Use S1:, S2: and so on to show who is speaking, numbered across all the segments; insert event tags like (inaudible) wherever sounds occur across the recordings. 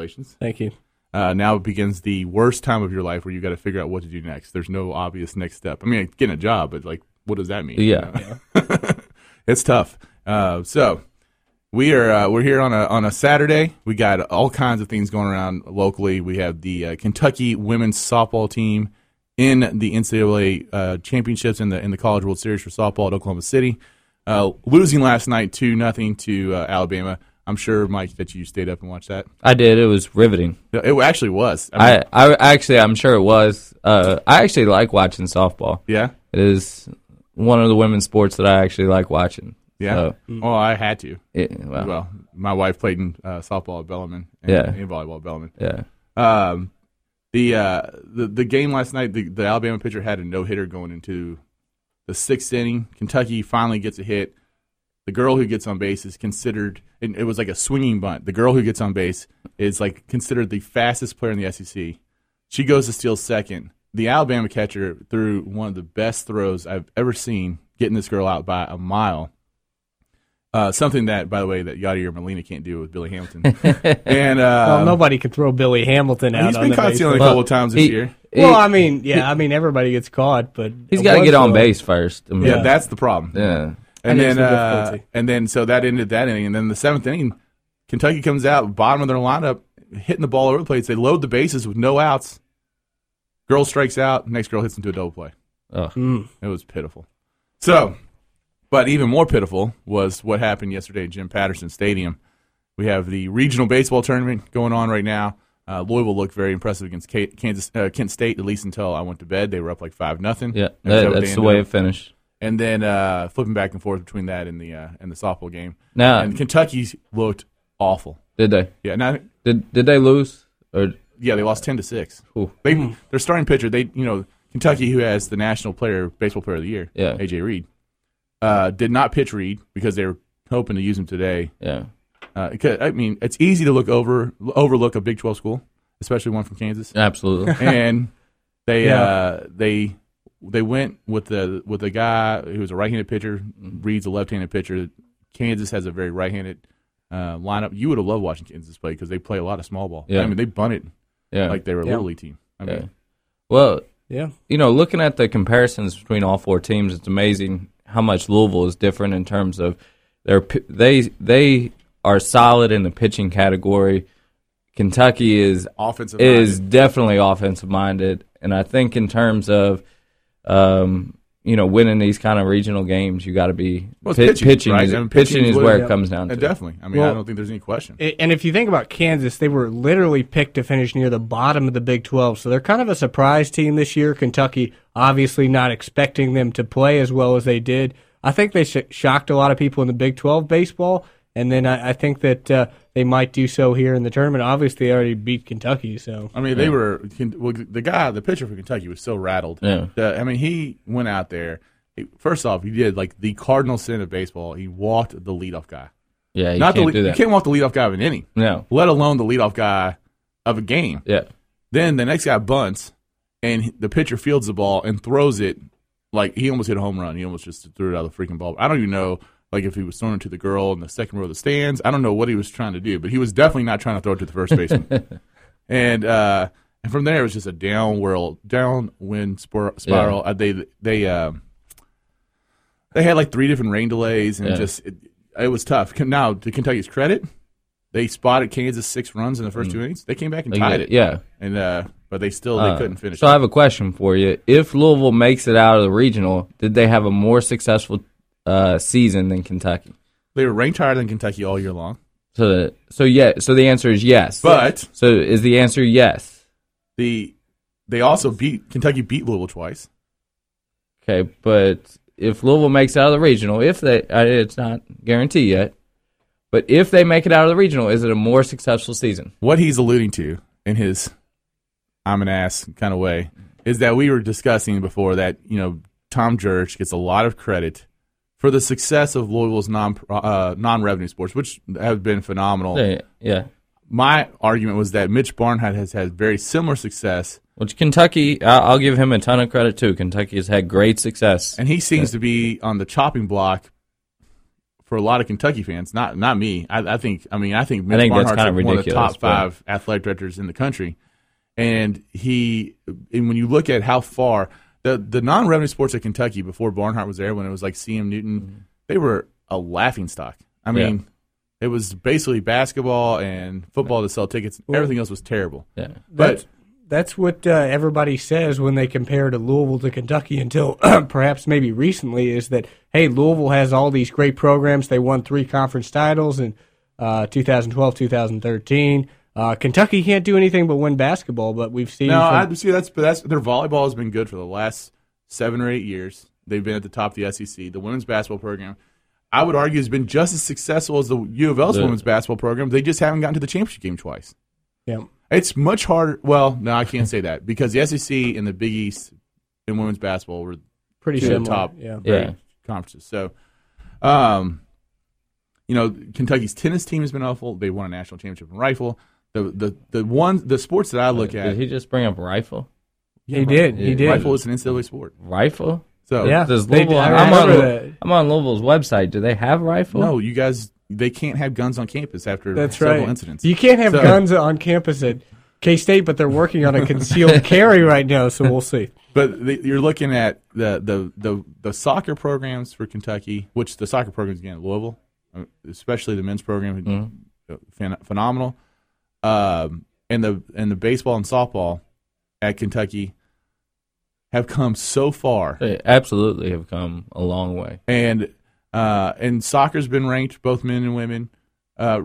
S1: Congratulations.
S2: Thank you.
S1: Uh, now begins the worst time of your life where you got to figure out what to do next. There's no obvious next step. I mean, getting a job, but like, what does that mean?
S3: Yeah.
S1: You know? (laughs) it's tough. Uh, so we are uh, we're here on a on a Saturday. We got all kinds of things going around locally. We have the uh, Kentucky women's softball team in the NCAA uh, championships in the in the College World Series for softball at Oklahoma City, uh, losing last night two nothing to uh, Alabama. I'm sure Mike that you stayed up and watched that.
S3: I did. It was riveting.
S1: It actually was. I mean,
S3: I, I actually, I'm sure it was. Uh, I actually like watching softball.
S1: yeah.
S3: It is one of the women's sports that I actually like watching.
S1: Yeah.
S3: So,
S1: Oh, I had to.
S3: it, well,
S1: Well, my wife played in uh, softball at Bellarmine and,
S3: Yeah.
S1: and volleyball at Bellarmine.
S3: yeah.
S1: Um, the, uh, the the game last night, the, the Alabama pitcher had a no hitter going into the sixth inning. Kentucky finally gets a hit. The girl who gets on base is considered, and it was like a swinging bunt. The girl who gets on base is like considered the fastest player in the SEC. She goes to steal second. The Alabama catcher threw one of the best throws I've ever seen, getting this girl out by a mile. Uh, something that, by the way, that Yadier Molina can't do with Billy
S2: (laughs)
S1: Hamilton. and uh,
S2: Well, nobody could throw Billy Hamilton out.
S1: he's
S2: on
S1: been
S2: the
S1: caught
S2: base.
S1: stealing a
S3: Well,
S1: couple of times this
S3: he-
S1: year.
S3: he-
S2: Well, I mean, yeah, I mean, everybody gets caught, but
S3: he's got to
S2: it
S3: get
S2: was
S3: on
S2: a-
S3: base first. I mean,
S1: Yeah, that's the problem.
S3: yeah.
S1: And
S2: And
S1: then
S2: it's the
S1: uh,
S2: difficulty.
S1: and then so that ended that inning. And then the seventh inning, Kentucky comes out bottom of their lineup, hitting the ball over the place. They load the bases with no outs. Girl strikes out. Next girl hits into a double play.
S3: Ugh.
S1: Mm-hmm. It was pitiful. So, but even more pitiful was what happened yesterday at Jim Patterson Stadium. We have the regional baseball tournament going on right now. Uh, Louisville looked very impressive against K- Kansas uh, Kent State, at least until I went to bed. They were up like five nothing.
S3: Yeah, that, that's the way it finished.
S1: and then uh, flipping back and forth between that and the uh, and the softball game.
S3: Now,
S1: and Kentucky looked awful.
S3: did they?
S1: Yeah, and I,
S3: Did did they lose? Or
S1: yeah, they lost ten to six.
S3: Ooh.
S1: They their starting pitcher, they you know Kentucky, who has the national player baseball player of the year,
S3: Yeah.
S1: AJ Reed, uh, did not pitch Reed because they were hoping to use him today.
S3: yeah,
S1: Uh, 'cause, I mean, it's easy to look over overlook a Big Twelve school, especially one from Kansas, (laughs)
S3: absolutely.
S1: and they
S2: Yeah.
S1: uh, they they went with the with a guy who was a right-handed pitcher. Reed's a left-handed pitcher. Kansas has a very right-handed uh, lineup. You would have loved watching Kansas play because they play a lot of small ball.
S3: Yeah.
S1: I mean, they bunted
S3: Yeah.
S1: like they were a
S2: Yeah.
S1: little league team. I mean,
S3: yeah. Well,
S2: Yeah,
S3: you know, looking at the comparisons between all four teams, it's amazing how much Louisville is different in terms of their p- they they are solid in the pitching category. Kentucky is
S1: offensive
S3: is definitely offensive minded, and I think in terms of um, you know winning these kind of regional games, you got to be
S1: Well, it's
S3: pi-
S1: pitching, right?
S3: is,
S1: I mean,
S3: pitching
S1: pitching's
S3: is
S1: what-
S3: where
S1: yeah.
S3: it comes down
S1: line.
S3: to.
S1: Uh, definitely. I mean, I
S2: Well-
S1: don't think there's any question.
S2: A- and if you think about Kansas, they were literally picked to finish near the bottom of the Big 12, so they're kind of a surprise team this year. Kentucky, obviously not expecting them to play as well as they did. I think they sh- shocked a lot of people in the Big 12 baseball, and then I, I think that uh, they might do so here in the tournament. Obviously, they already beat Kentucky, so
S1: I mean, they were well, the guy, the pitcher for Kentucky, was so rattled.
S3: Yeah.
S1: The- I mean, he went out there. he- First off, he did like the cardinal sin of baseball. He walked the leadoff guy.
S3: Yeah, you
S1: Not
S3: can't
S1: the
S3: do
S1: lead, you
S3: that.
S1: can't walk the leadoff guy of an inning,
S3: no.
S1: let alone the leadoff guy of a game.
S3: Yeah.
S1: Then the next guy bunts, and the pitcher fields the ball and throws it like he almost hit a home run. He almost just threw it out of the freaking ball. I don't even know like if he was throwing it to the girl in the second row of the stands. I don't know what he was trying to do, but he was definitely not trying to throw it to the first (laughs) baseman. and uh, and from there it was just a down whirl, downwind spir- spiral. Uh, they they um, they had like three different rain delays and
S3: Yeah.
S1: just it, it was tough. Now to Kentucky's credit. They spotted Kansas six runs in the first two innings. Mm. They came back and tied it
S3: Yeah.
S1: and uh, but they still they
S3: Uh,
S1: couldn't finish.
S3: So I
S1: it.
S3: have a question for you. If Louisville makes it out of the regional, did they have a more successful uh, season than Kentucky?
S1: They were ranked higher than Kentucky all year long,
S3: So the, so yeah, so the answer is yes.
S1: but
S3: so is the answer yes?
S1: the they also beat Kentucky beat Louisville twice.
S3: Okay, but if Louisville makes it out of the regional, if they uh, it's not guaranteed yet, but if they make it out of the regional, is it a more successful season?
S1: What he's alluding to in his "I'm an ass" kind of way is that we were discussing before that you know Tom Jurich gets a lot of credit for the success of Louisville's non uh, non revenue sports, which have been phenomenal.
S3: Yeah, yeah.
S1: My argument was that Mitch Barnhart has had very similar success
S3: Which Kentucky, I- I'll give him a ton of credit too. Kentucky has had great success.
S1: and he seems to be on the chopping block for a lot of Kentucky fans, not not me. I, I think I mean I think Mitch
S3: think that's
S1: Barnhart's
S3: kind of
S1: one of the
S3: ridiculous,
S1: top five athletic directors in the country, and he and when you look at how far the the non revenue sports at Kentucky before Barnhart was there, when it was like CM Newton, they were a laughing stock. I
S3: Mm-hmm. Yeah.
S1: mean, it was basically basketball and football to sell tickets. Everything else was terrible.
S3: Yeah.
S1: But
S2: That's- That's what uh, everybody says when they compare to Louisville to Kentucky until (clears throat) perhaps maybe recently is that, hey, Louisville has all these great programs. They won three conference titles in uh, 2012, 2013. Uh, Kentucky can't do anything but win basketball, but we've seen.
S1: No,
S2: from-
S1: I see that's but that's their volleyball has been good for the last seven or eight years. They've been at the top of the SEC. The women's basketball program, I would argue, has been just as successful as the U of L's
S3: The-
S1: women's basketball program. They just haven't gotten to the championship game twice.
S2: yeah.
S1: It's much harder. Well, no, I can't say that because the SEC and the Big East in women's basketball were
S2: Pretty
S1: two of
S2: similar.
S1: the top
S2: Yeah.
S1: great
S3: Yeah.
S1: conferences. So, um, you know, Kentucky's tennis team has been awful. They won a national championship in rifle. The the the one the sports that I look at,
S3: Did he just bring up rifle?
S1: Yeah,
S2: He
S1: rifle.
S2: did. He did.
S1: Rifle is an NCAA sport.
S3: Rifle?
S1: So
S2: Yeah.
S3: Does
S2: they-
S3: Louisville,
S2: I
S3: I'm, on,
S2: remember
S3: Lou-
S2: that.
S3: I'm on Louisville's website. Do they have rifle?
S1: no, you guys they can't have guns on campus after
S2: That's
S1: several
S2: right.
S1: incidents.
S2: You can't have
S1: So-
S2: guns on campus at K State, but they're working
S1: (laughs)
S2: on a concealed carry right now, so we'll see.
S1: But the, you're looking at the, the the the soccer programs for Kentucky, which the soccer programs again at Louisville, uh, especially the men's program,
S2: Mm-hmm.
S1: uh, phen- phenomenal. Um, and the and the baseball and softball at Kentucky have come so far.
S3: They absolutely have come a long way.
S1: and uh, and soccer's been ranked both men and women. Uh,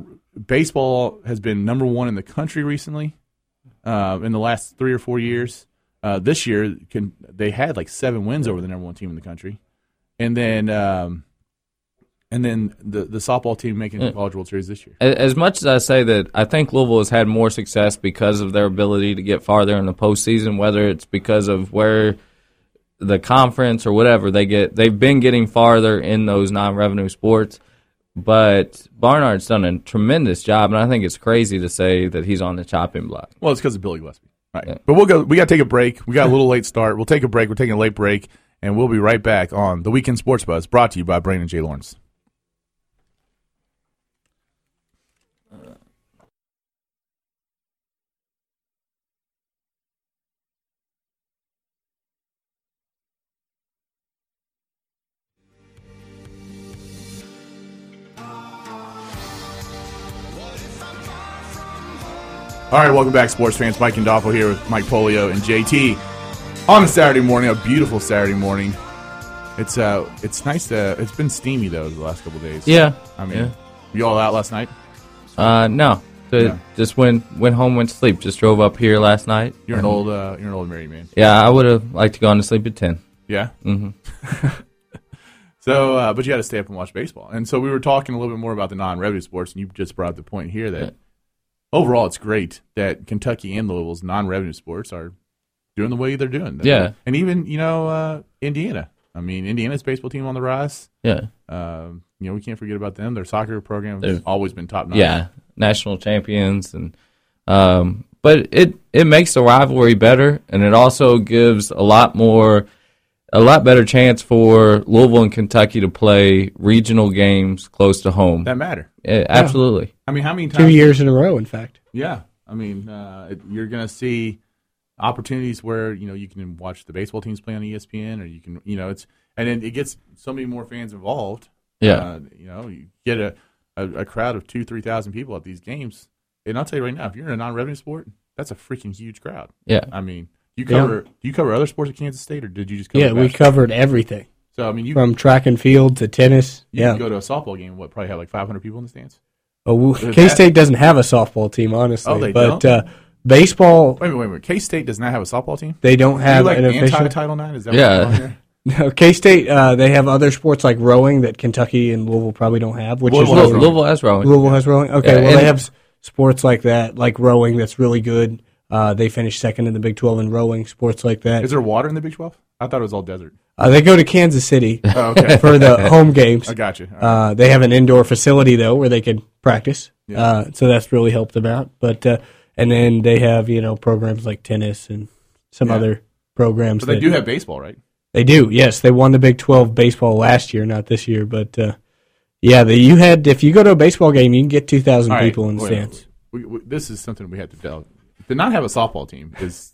S1: baseball has been number one in the country recently. Uh, in the last three or four years, uh, this year can, they had like seven wins over the number one team in the country, and then um, and then the the softball team making the College World Series this year.
S3: A- As much as I say that I think Louisville has had more success because of their ability to get farther in the postseason, whether it's because of where the conference or whatever they get, they've been getting farther in those non-revenue sports. But Barnard's done a tremendous job, and I think it's crazy to say that he's on the chopping block.
S1: Well, it's because of Billy Gillespie. Right. But we'll go. We got to take a break. We got a little late start. We'll take a break. We're taking a late break, and we'll be right back on the Weekend Sports Buzz, brought to you by Brandon J. Lawrence. All right, welcome back, sports fans. Mike Gandolfo here with Mike Polio and JT on a Saturday morning, a beautiful Saturday morning. It's uh, it's nice to. It's been steamy though the last couple days.
S3: Yeah,
S1: I mean, you all out last night?
S3: Uh, no, The-
S1: Yeah.
S3: just went went home, went to sleep. Just drove up here last night.
S1: You're an old, uh, you're an old married man.
S3: Yeah, I would have liked to go on to sleep at ten.
S1: Yeah. Mm-hmm. (laughs) so, uh, but you had to stay up and watch baseball, and so we were talking a little bit more about the non-revenue sports, and you just brought up the point here that
S3: Yeah.
S1: overall it's great that Kentucky and Louisville's non-revenue sports are doing the way they're doing.
S3: Yeah.
S1: and even you know uh, Indiana. I mean, Indiana's baseball team on the rise.
S3: Yeah,
S1: Um, you know, we can't forget about them. Their soccer program has
S3: They're-
S1: always been top notch.
S3: yeah, national champions, and um, but it it makes the rivalry better, and it also gives a lot more, a lot better chance for Louisville and Kentucky to play regional games close to home.
S1: that matter.
S3: Yeah, absolutely,
S1: I mean, how many times?
S2: Two years in a row, in fact.
S1: Yeah, I mean, uh, it- you're going to see opportunities where you know you can watch the baseball teams play on E ESPN, or you can, you know, it's and it, it gets so many more fans involved.
S3: yeah.
S1: uh, you know, you get a, a, a crowd of two, three thousand people at these games, and I'll tell you right now, if you're in a non-revenue sport, that's a freaking huge crowd.
S3: Yeah.
S1: I mean, you
S2: Yeah.
S1: cover do you cover other sports at Kansas State, or did you just cover
S2: yeah, we
S1: basketball?
S2: covered everything
S1: so I mean, you
S2: from track and field to tennis.
S1: you
S2: yeah.
S1: can go to a softball game, what probably have like 500 people in the stands.
S2: Oh,
S1: Is
S2: K State doesn't have a softball team, honestly.
S1: Oh, they
S2: but
S1: don't?
S2: Uh, baseball,
S1: Wait a minute, wait a minute. K State does not have a softball team.
S2: they don't
S1: Are you
S2: have
S1: like
S2: an
S1: anti
S2: official.
S1: Title Nine? Is that
S3: Yeah.
S1: what's going on here?
S2: (laughs) No, K State, uh, they have other sports like rowing that Kentucky and Louisville probably don't have, which
S1: Louisville has
S2: is
S3: Lou-
S1: wrong.
S2: Louisville,
S3: Louisville has rowing.
S2: Louisville has rowing. Okay,
S3: Yeah,
S2: well
S3: and-
S2: they have s- sports like that, like rowing that's really good. Uh, they finished second in the Big Twelve in rowing. Sports like that.
S1: Is there water in the Big 12? I thought it was all desert.
S2: Uh, they go to Kansas City
S1: Oh, okay.
S2: (laughs) for
S1: (laughs)
S2: the home games.
S1: I got you. All right.
S2: Uh, they have an indoor facility though where they can practice, uh, so that's really helped them out. But uh, and then they have you know programs like tennis and some
S1: Yeah.
S2: other programs.
S1: but they
S2: that-
S1: do have baseball, right?
S2: They do. Yes, they won the Big Twelve baseball last year, not this year, but uh, Yeah, the, you had if you go to a baseball game, you can get two thousand
S1: All right,
S2: people in the
S1: wait,
S2: stands.
S1: wait, we- we- this is something we have to tell. To not have a softball team is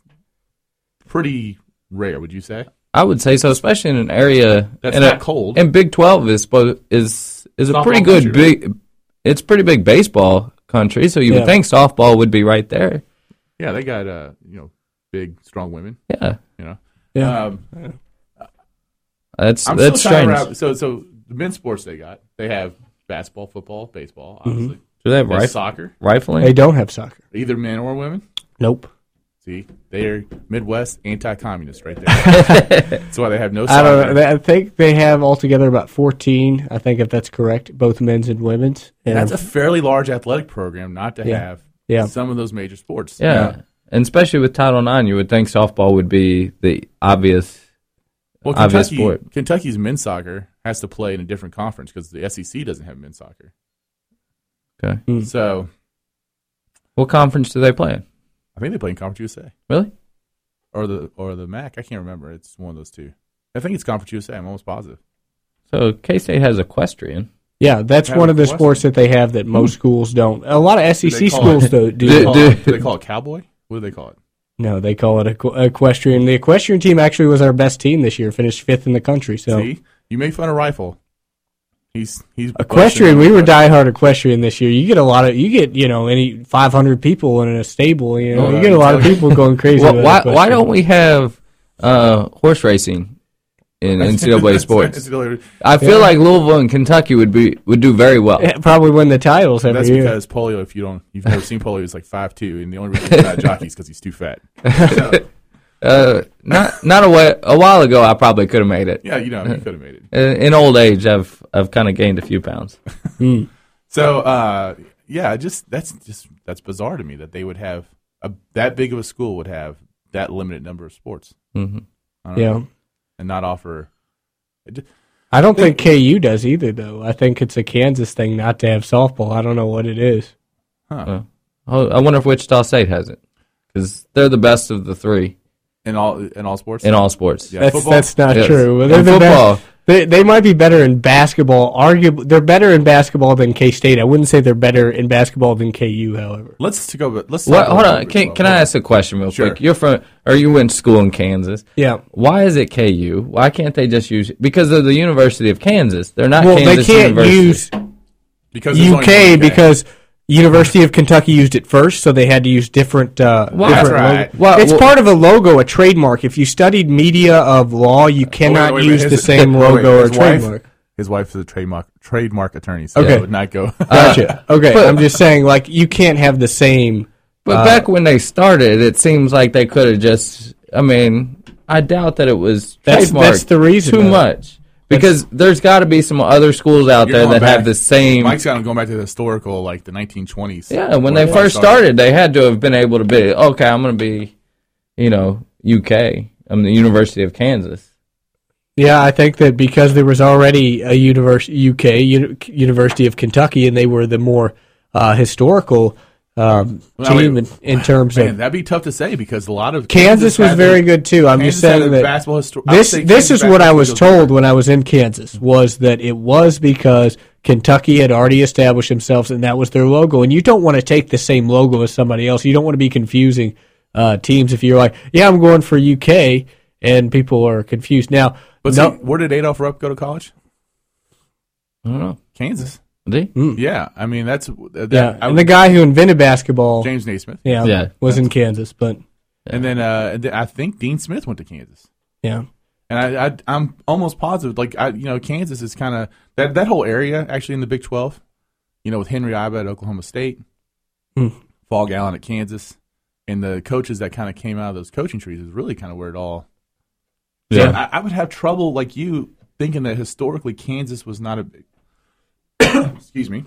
S1: pretty rare, would you say?
S3: I would say so, especially in an area
S1: That's
S3: in a-
S1: not cold.
S3: And Big Twelve is spo- is is a
S1: Softball
S3: pretty good
S1: country,
S3: big. It's pretty big baseball country, so you
S2: Yeah.
S3: would think softball would be right there.
S1: Yeah, they got uh, you know, big, strong women.
S3: Yeah,
S1: You know,
S2: Yeah,
S1: um,
S3: that's
S1: I'm
S3: that's
S1: still trying
S3: strange.
S1: to wrap- So, so the men's sports they got, they have basketball, football, baseball,
S2: Mm-hmm.
S1: obviously,
S3: Do they have
S1: They have
S3: rif-
S1: soccer,
S3: rifling?
S2: they don't have soccer.
S1: either men or women.
S2: Nope.
S1: See, they're Midwest anti-communist
S2: (laughs)
S1: right there. That's why they have no.
S2: I don't.
S1: soccer.
S2: know. I think they have altogether about fourteen. I think if that's correct, both men's and women's. And
S1: That's a fairly large athletic program not to
S2: Yeah.
S1: have
S2: Yeah.
S1: some of those major sports.
S3: yeah. and especially with Title IX, you would think softball would be the obvious.
S1: Well,
S3: Obvious
S1: Kentucky,
S3: sport.
S1: Kentucky's men's soccer has to play in a different conference because the SEC doesn't have men's soccer.
S3: Okay,
S2: Mm.
S1: So
S3: what conference do they play in?
S1: I think they play in Conference USA
S3: Really?
S1: or the or the MAC. I can't remember. It's one of those two. I think it's Conference USA. I'm almost positive.
S3: So K State has equestrian.
S2: yeah, that's
S1: Have
S2: one
S1: a
S2: of the
S1: question. Hmm.
S2: sports that they have that most schools don't. A lot of
S1: they
S2: SEC
S1: call
S2: E schools
S1: it-
S2: though do.
S3: Do-
S1: They
S2: that.
S1: call,
S3: do-
S1: it, do they call it cowboy? What do they call it?
S2: no, they call it equ- equestrian. The equestrian team actually was our best team this year. Finished fifth in the country. So
S1: See, you make fun of rifle. He's he's
S2: Equestrian, we
S1: (laughs)
S2: were diehard equestrian this year. You get a lot of you get you know any five hundred people in a stable. You know
S1: Oh,
S2: you get a lot of people going crazy.
S3: Well,
S2: about
S3: why why
S2: equestrian.
S3: don't we have uh, horse racing
S1: (laughs)
S3: in NCAA sports? I feel like Louisville and Kentucky would be would do very well.
S2: Yeah, (laughs) probably win the titles every
S1: That's
S2: year?
S1: because polio. If you don't, you've never seen polio. He's like five two, and the only reason he's not a jockey is because he's too fat. So,
S3: Uh, not not a whi- a while ago, I probably could have made it. Uh,
S1: yeah, you know, he could have made it.
S3: In in old age, I've I've kind of gained a few pounds.
S1: So, uh, yeah, I just that's just that's bizarre to me that they would have a, that big of a school would have that limited number of sports
S3: hmm
S1: I don't
S2: yeah,
S1: know, and not offer. I ju-
S2: I don't think KU does either though. I think it's a Kansas thing not to have softball. I don't know what it is.
S1: Huh.
S2: Uh,
S3: Oh, I wonder if Wichita State has it because they're the best of the three
S1: in all in all sports,
S3: in all sports.
S1: yeah,
S2: That's
S1: football.
S2: that's not
S3: Yes.
S2: true. Well,
S3: And
S2: They're the
S3: football.
S2: best. They, they might be better in basketball. Arguably, they're better in basketball than K State. I wouldn't say they're better in basketball than KU, however.
S1: let's go. But let's
S3: What,
S1: talk
S3: hold
S1: about
S3: on.
S1: Big
S3: Can,
S1: 12.
S3: can I ask a question real
S1: Sure.
S3: quick? You're from, or you went to school in Kansas.
S2: Yeah.
S3: Why is it KU? Why can't they just use? Because they're the University of Kansas. They're not.
S2: Well,
S3: Kansas
S2: they can't
S3: University.
S2: use
S1: because there's only one
S2: UK because University of Kentucky used it first, so they had to use different. Uh,
S3: Why?
S2: different
S1: That's
S2: logo.
S1: right.
S3: Why-
S2: it's
S3: wh-
S2: part of a logo, a trademark. If you studied media of law,
S1: Oh,
S2: you
S1: wait,
S2: cannot
S1: wait, wait,
S2: use
S1: his- Oh,
S2: the
S1: (laughs)
S2: same
S1: wait, wait,
S2: logo or
S1: his wife-
S2: trademark.
S1: His wife is a trademark trademark attorney, so
S2: Okay. Uh,
S1: it would not go.
S2: Gotcha.
S3: Uh,
S2: okay, I'm just saying, like you can't have the same.
S3: But
S2: Uh,
S3: back when they started, it seems like they could have just. I mean, I doubt that it was
S2: That's-
S3: trademarked
S2: that's the reason,
S3: too
S2: though.
S3: much because there's got to be some other schools out
S1: You're
S3: there
S1: going
S3: that have
S1: back-
S3: the same.
S1: Mike's kind of going back to the historical, like the 1920s.
S3: yeah, when
S1: where
S3: they
S1: it
S3: first started, they had to have been able to be okay. I'm going to be, you know, UK. I'm the University of Kansas.
S2: Yeah, I think that because there was already a univers- UK uni- University of Kentucky, and they were the more uh, historical um,
S1: Well, I
S2: team
S1: mean,
S2: in, in terms
S1: Man,
S2: of
S1: that'd be tough to say because a lot of
S2: Kansas, was
S1: had
S2: very
S1: the-
S2: good too. I'm just
S1: Kansas had
S2: saying
S1: the
S2: that
S1: basketball histor- I would
S2: this
S1: say
S2: this
S1: Kansas
S2: is what I
S1: basketball
S2: was
S1: goes back.
S2: told when I was in Kansas was that it was because Kentucky had already established themselves and that was their logo. And you don't want to take the same logo as somebody else. You don't want to be confusing uh, teams if you're like, yeah, I'm going for UK, and people are confused now.
S1: But
S2: no,
S1: see, where did Adolph Rupp go to college?
S3: I don't know.
S1: Kansas.
S3: Did he?
S1: Yeah, I mean that's that,
S2: yeah,
S1: I
S2: and
S1: would-
S2: the guy who invented basketball,
S1: James Naismith,
S2: yeah,
S3: Yeah.
S2: was in Kansas, but
S1: and then uh, and then I think Dean Smith went to Kansas,
S2: yeah,
S1: and I, I I'm almost positive. Like I, you know, Kansas is kind of that that whole area actually in the Big Twelve. You know, with Henry Iba at Oklahoma State,
S2: Hmm.
S1: Paul Gallen at Kansas, and the coaches that kind of came out of those coaching trees is really kind of where it all So
S3: Yeah.
S1: I, I would have trouble, like you, thinking that historically Kansas was not a big. (coughs) excuse me,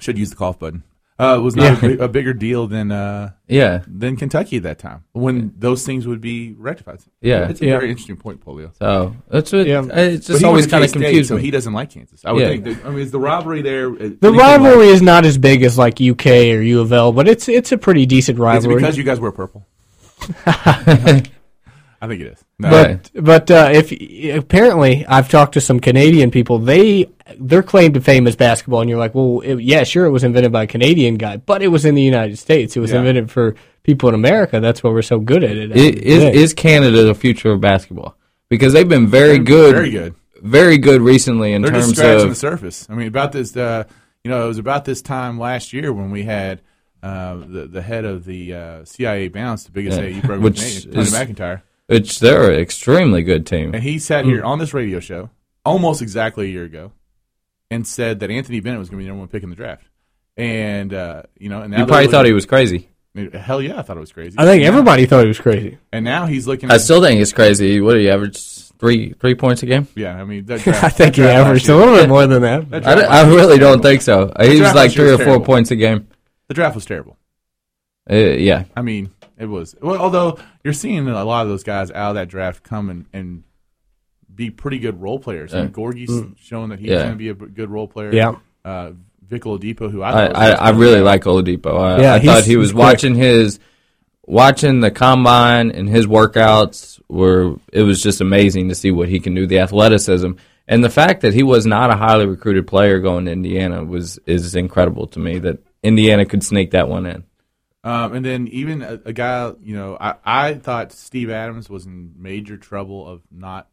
S1: should use the cough button. Uh, was not a
S2: Yeah.
S1: big- a, bigger deal than uh,
S3: Yeah.
S1: than Kentucky at that time when those things would be rectified.
S3: Yeah.
S1: it's a
S2: Yeah.
S1: very interesting point, Polio.
S3: So that's what, uh,
S2: Yeah.
S3: it's
S1: But
S3: just
S1: he went
S3: always
S1: to
S3: kind of
S1: K-State,
S3: confused
S1: So
S3: me.
S1: he doesn't like Kansas. I would
S3: Yeah.
S1: think. That, I mean, is the rivalry there? uh,
S2: the rivalry is not as big as like UK or U of L, but it's it's a pretty decent
S1: is it
S3: (laughs)
S2: rivalry.
S1: because you guys wear purple. I think it is. No,
S3: Right.
S2: But but uh, if apparently I've talked to some Canadian people, they their claim to fame is basketball, and you're like, well, it, yeah, sure, it was invented by a Canadian guy, but it was in the United States. It was
S1: Yeah.
S2: invented for people in America. That's why we're so good at it.
S3: I- Is,
S2: Yeah.
S3: is Canada the future of basketball? Because they've been very good,
S1: very good.
S3: very good recently in
S1: They're just
S3: terms
S1: scratching the
S3: of
S1: surface. I mean, about this, uh, you know, it was about this time last year when we had uh, the the head of the uh, CIA bounce, the biggest
S3: Yeah.
S1: AU program, in
S3: Which
S1: Canada, Tony
S3: is-
S1: McIntyre,
S3: which they're an extremely good team.
S1: and he sat
S3: Hmm.
S1: here on this radio show almost exactly a year ago and said that Anthony Bennett was going to be the number one pick in the draft. And uh, you know, and now
S3: You probably thought he was crazy.
S1: was hell yeah, I thought it was crazy.
S2: I think everybody thought it was crazy.
S1: And now he's looking.
S3: I
S1: At,
S3: still think it's crazy. What do you average three three points a game?
S1: yeah, I mean, that draft,
S2: (laughs) I think
S1: that
S2: he
S1: draft last
S2: averaged
S1: year-
S2: a little bit more than that.
S1: that
S3: I,
S1: draft last
S3: don't- I
S1: year was
S3: really don't
S1: terrible.
S3: think so. He was
S1: draft
S3: like
S1: last year
S3: three or
S1: was
S3: four
S1: terrible.
S3: points a game.
S1: The draft was terrible.
S3: Uh, yeah,
S1: I mean, it was. Well, although you're seeing a lot of those guys out of that draft come and, and be pretty good role players. And Gorgie's showing that he's
S3: Yeah.
S1: going to be a b- good role player.
S2: Mm. Yeah.
S1: Uh, Vic Oladipo, who I
S3: I,
S1: thought was
S3: I, I
S1: excellent.
S3: really like Oladipo. I,
S2: Yeah,
S3: I
S2: he's-
S3: thought he was
S2: he's quick.
S3: watching his watching the combine and his workouts were it was just amazing to see what he can do. The athleticism and the fact that he was not a highly recruited player going to Indiana was is incredible to me. That Indiana could sneak that one in.
S1: Um, and then even a, a guy, you know, I, I thought Steve Adams was in major trouble of not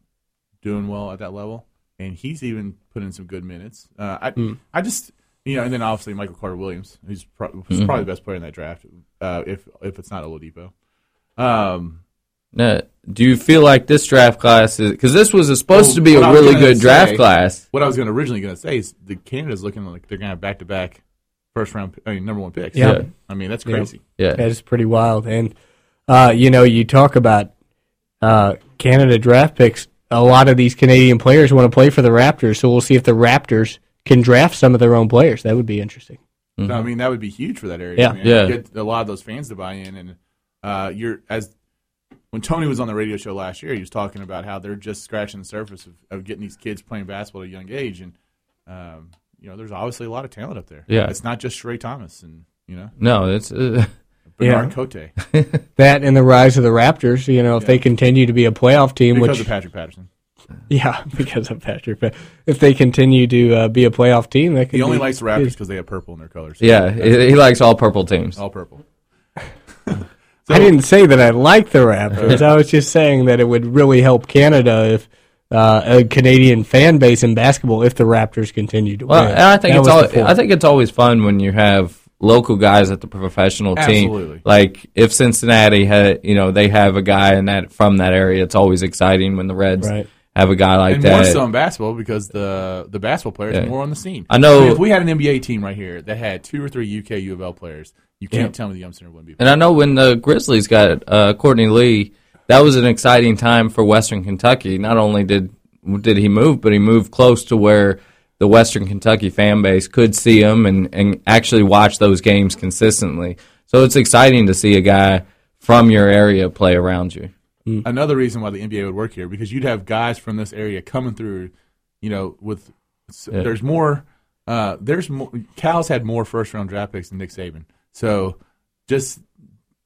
S1: doing well at that level, and he's even put in some good minutes. Uh, I
S2: Hmm.
S1: I just you know, and then obviously Michael Carter Williams, who's, pro- who's
S2: Hmm.
S1: probably the best player in that draft, uh, if if it's not Oladipo. Um,
S3: Now, do you feel like this draft class is because this was supposed
S1: Well,
S3: to be
S1: what I
S3: a
S1: was
S3: really
S1: gonna
S3: good draft
S1: say-
S3: class?
S1: what I was going to originally going to say is the Canada's looking like they're going to have back to back first round, I mean, number one picks.
S2: Yeah. Yeah.
S1: I mean that's
S2: Yeah.
S1: crazy.
S3: Yeah,
S2: That is pretty wild. And uh, you know, you talk about uh, Canada draft picks. A lot of these Canadian players want to play for the Raptors, so we'll see if the Raptors can draft some of their own players. That would be interesting.
S1: No, I mean that would be huge for that area.
S2: Yeah.
S1: man.
S3: Yeah.
S1: Get a lot of those fans to buy in, and uh, you're as when Tony was on the radio show last year, he was talking about how they're just scratching the surface of, of getting these kids playing basketball at a young age, and um, you know, there's obviously a lot of talent up there.
S3: Yeah.
S1: it's not just Sheree Thomas and you know
S3: no, it's uh, (laughs)
S1: Bernard
S2: Yeah.
S1: Cote because
S2: That and the rise of the Raptors. You know, if they continue to be a playoff team,
S1: of
S2: (laughs) which
S1: Patrick Patterson.
S2: yeah, because of Patrick, but if they continue to uh, be a playoff team, that could
S1: He only
S2: be-
S1: likes the Raptors because they have purple in their colors.
S3: yeah. He, he likes all purple teams.
S1: all purple.
S2: I didn't say that I like the Raptors. I was just saying that it would really help Canada if uh, a Canadian fan base in basketball if the Raptors continue to
S3: Well,
S2: win.
S3: and I think
S2: That
S3: it's
S2: was the
S3: always,
S2: point.
S3: I think it's always fun when you have local guys at the professional team.
S1: Absolutely.
S3: Like if Cincinnati had, you know, they have a guy in that from that area. It's always exciting when the Reds
S2: Right.
S3: have a guy like
S1: And more
S3: that.
S1: so in basketball because the the basketball players
S3: Yeah.
S1: are more on the scene.
S3: I know-
S1: mean, if we had an NBA team right here that had two or three UK U of L players, you can't tell me the Yum Center wouldn't be.
S3: and I know when the Grizzlies got uh, Courtney Lee, that was an exciting time for Western Kentucky. Not only did did he move, but he moved close to where the Western Kentucky fan base could see him and, and actually watch those games consistently. So it's exciting to see a guy from your area play around you.
S1: Another reason why the NBA would work here because you'd have guys from this area coming through. You know, with s there's more. Uh, there's more. Cal's had more first round draft picks than Nick Saban, so just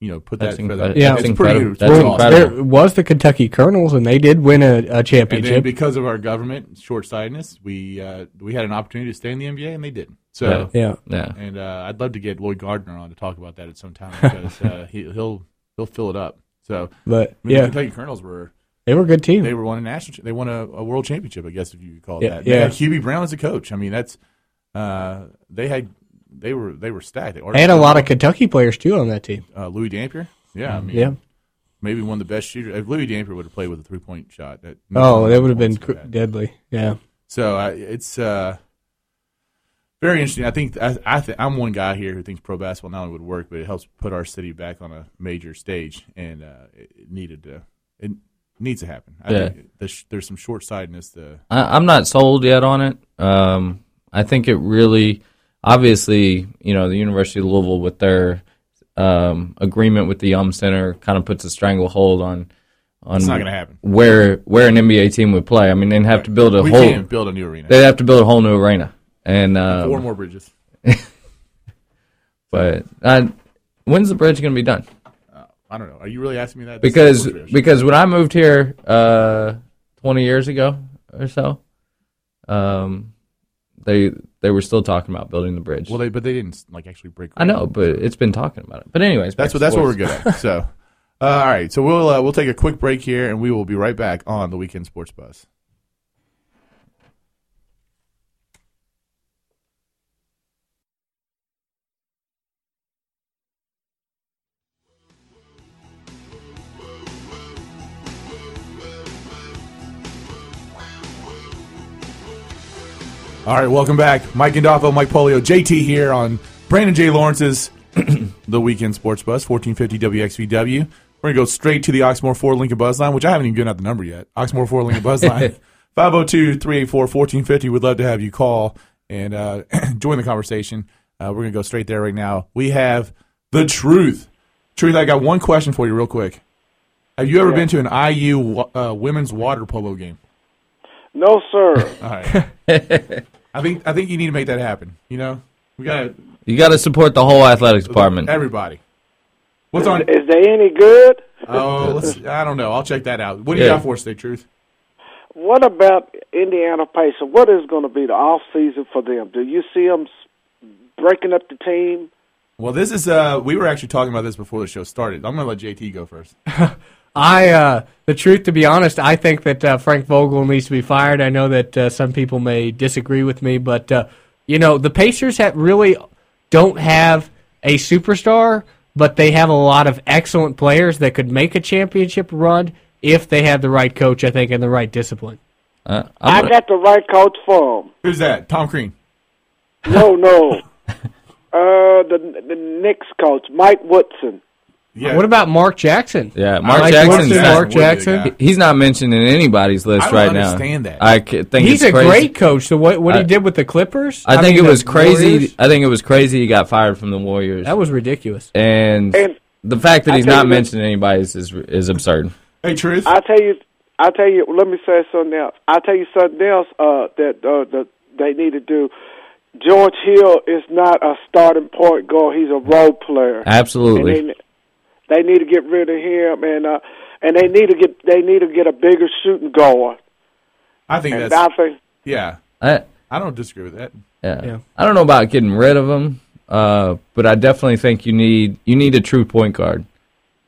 S1: you know put
S3: That's
S1: that. for that.
S3: incredible.
S2: Yeah.
S1: it's
S3: That's
S1: pretty.
S3: incredible.
S1: That's
S3: That's
S1: awesome.
S3: incredible.
S2: There was the Kentucky Colonels, and they did win a, a
S1: And then
S2: championship.
S1: because of our government short sightedness, we uh, we had an opportunity to stay in the NBA and they didn't. So
S3: Yeah.
S2: yeah,
S3: Yeah.
S1: and uh, I'd love to get Lloyd Gardner on to talk about that at some time
S2: (laughs)
S1: because uh, he, he'll he'll fill it up. So
S2: but
S1: I mean, the
S2: yeah,
S1: Kentucky Colonels were
S2: they were a good team.
S1: they were won a national cha- they won a, a world championship, I guess if you could call it
S2: Yeah,
S1: that.
S2: yeah.
S1: Yeah, Hubie Brown as a coach. I mean, that's uh, they had they were they were stacked. They
S2: They had a lot of Kentucky players too on that team.
S1: uh, Louis Dampier. Yeah, I mean,
S2: Mm, Yeah.
S1: maybe one of the best shooters. If Louis Dampier would have played with a three point shot, that,
S2: Oh, that would have been
S1: points for
S2: cr-
S1: that.
S2: deadly. Yeah.
S1: So I, it's uh, very interesting. I think I, I th- I'm one guy here who thinks pro basketball not only would work, but it helps put our city back on a major stage, and uh, it, it needed to. It needs to happen. I
S3: Yeah.
S1: think the sh- there's some short sightedness. to
S3: I, I'm not sold yet on it. Um, I think it really, obviously, you know, the University of Louisville with their um, agreement with the Yum Center kind of puts a stranglehold on on
S1: It's not gonna happen.
S3: where where an NBA team would play. I mean, they'd have to build a
S1: we
S3: whole
S1: can't build a new arena.
S3: they'd have to build a whole new arena. And um,
S1: Four more bridges.
S3: but uh, when's the bridge going to be done?
S1: I don't know. Are you really asking me that? This is
S3: because
S1: bullshit.
S3: because when I moved here uh, 20 years ago or so, um, they they were still talking about building the bridge.
S1: well, they but they didn't like actually break.
S3: I know, but it's been talking about it. But anyways,
S1: That's what
S3: back to
S1: that's what we're
S3: sports.
S1: good at. So, uh, all right. So we'll uh, we'll take a quick break here, and we will be right back on the weekend sports bus. All right, welcome back, Mike Gandolfo, Mike Polio, JT here on Brandon J. Lawrence's the weekend sports bus, 1450 WXVW. We're going to go straight to the Oxmoor Ford Lincoln Buzz Line, which I haven't even given out the number yet. Oxmoor Ford Lincoln Buzz Line, 502 384 1450. We'd love to have you call and uh, (clears throat) join the conversation. Uh, we're going to go straight there right now. We have the truth. Truth, I got one question for you, real quick. Have you ever been to an IU wa- uh, women's water polo game?
S4: No, sir.
S1: All right. I think I think you need to make that happen. You know, we got
S3: You got to support the whole athletics department.
S1: everybody. What's on?
S4: Is they any good?
S3: (laughs)
S1: Oh, let's, I don't know. I'll check that out. What do you
S3: Yeah.
S1: got for us, today, Truth?
S4: What about Indiana Pacers? What is going to be the off season for them? Do you see them breaking up the team?
S1: Well, this is. Uh, we were actually talking about this before the show started. I'm going to let JT go first.
S2: I uh, the truth to be honest, I think that uh, Frank Vogel needs to be fired. I know that uh, some people may disagree with me, but uh, you know the Pacers have really don't have a superstar, but they have a lot of excellent players that could make a championship run if they had the right coach, I think, and the right discipline.
S3: Uh, I'm
S4: I
S3: gonna-
S4: got the right coach for
S1: Who's that? Tom Crean.
S4: them. No, no. Uh, the the Knicks coach, Mike Woodson.
S1: Yeah.
S2: What about Mark Jackson?
S3: Yeah, Mark
S2: Mike
S3: Jackson's
S2: Woodson,
S3: not-
S2: Mark Jackson.
S1: Would be the
S3: He's not mentioned in anybody's list
S1: I don't
S3: right now.
S1: understand that.
S3: I ca- think
S2: He's
S3: it's
S2: a
S3: crazy.
S2: great coach. So what what
S3: I-
S2: he did with the Clippers?
S3: I, think
S2: mean,
S3: it
S2: the
S3: was crazy.
S2: Warriors,
S3: I think it was crazy. He got fired from the Warriors,
S2: That was ridiculous.
S3: and,
S4: And
S3: the fact that
S4: I
S3: he's
S4: tell
S3: not
S4: you what-
S3: mentioned in anybody's is is absurd.
S1: Hey, Truth.
S4: I tell you, I tell you. Let me say something else. I tell you something else uh, that uh, that they need to do. George Hill is not a starting point guard. He's a role player. and
S3: Absolutely.
S4: they, they need to get rid of him and uh and they need to get they need to get a bigger shooting guard.
S1: I think
S4: And
S1: that's.
S4: I think
S1: Yeah.
S3: I,
S1: I don't disagree with that.
S3: yeah.
S2: Yeah.
S3: I don't know about getting rid of him, uh, but I definitely think you need you need a true point guard.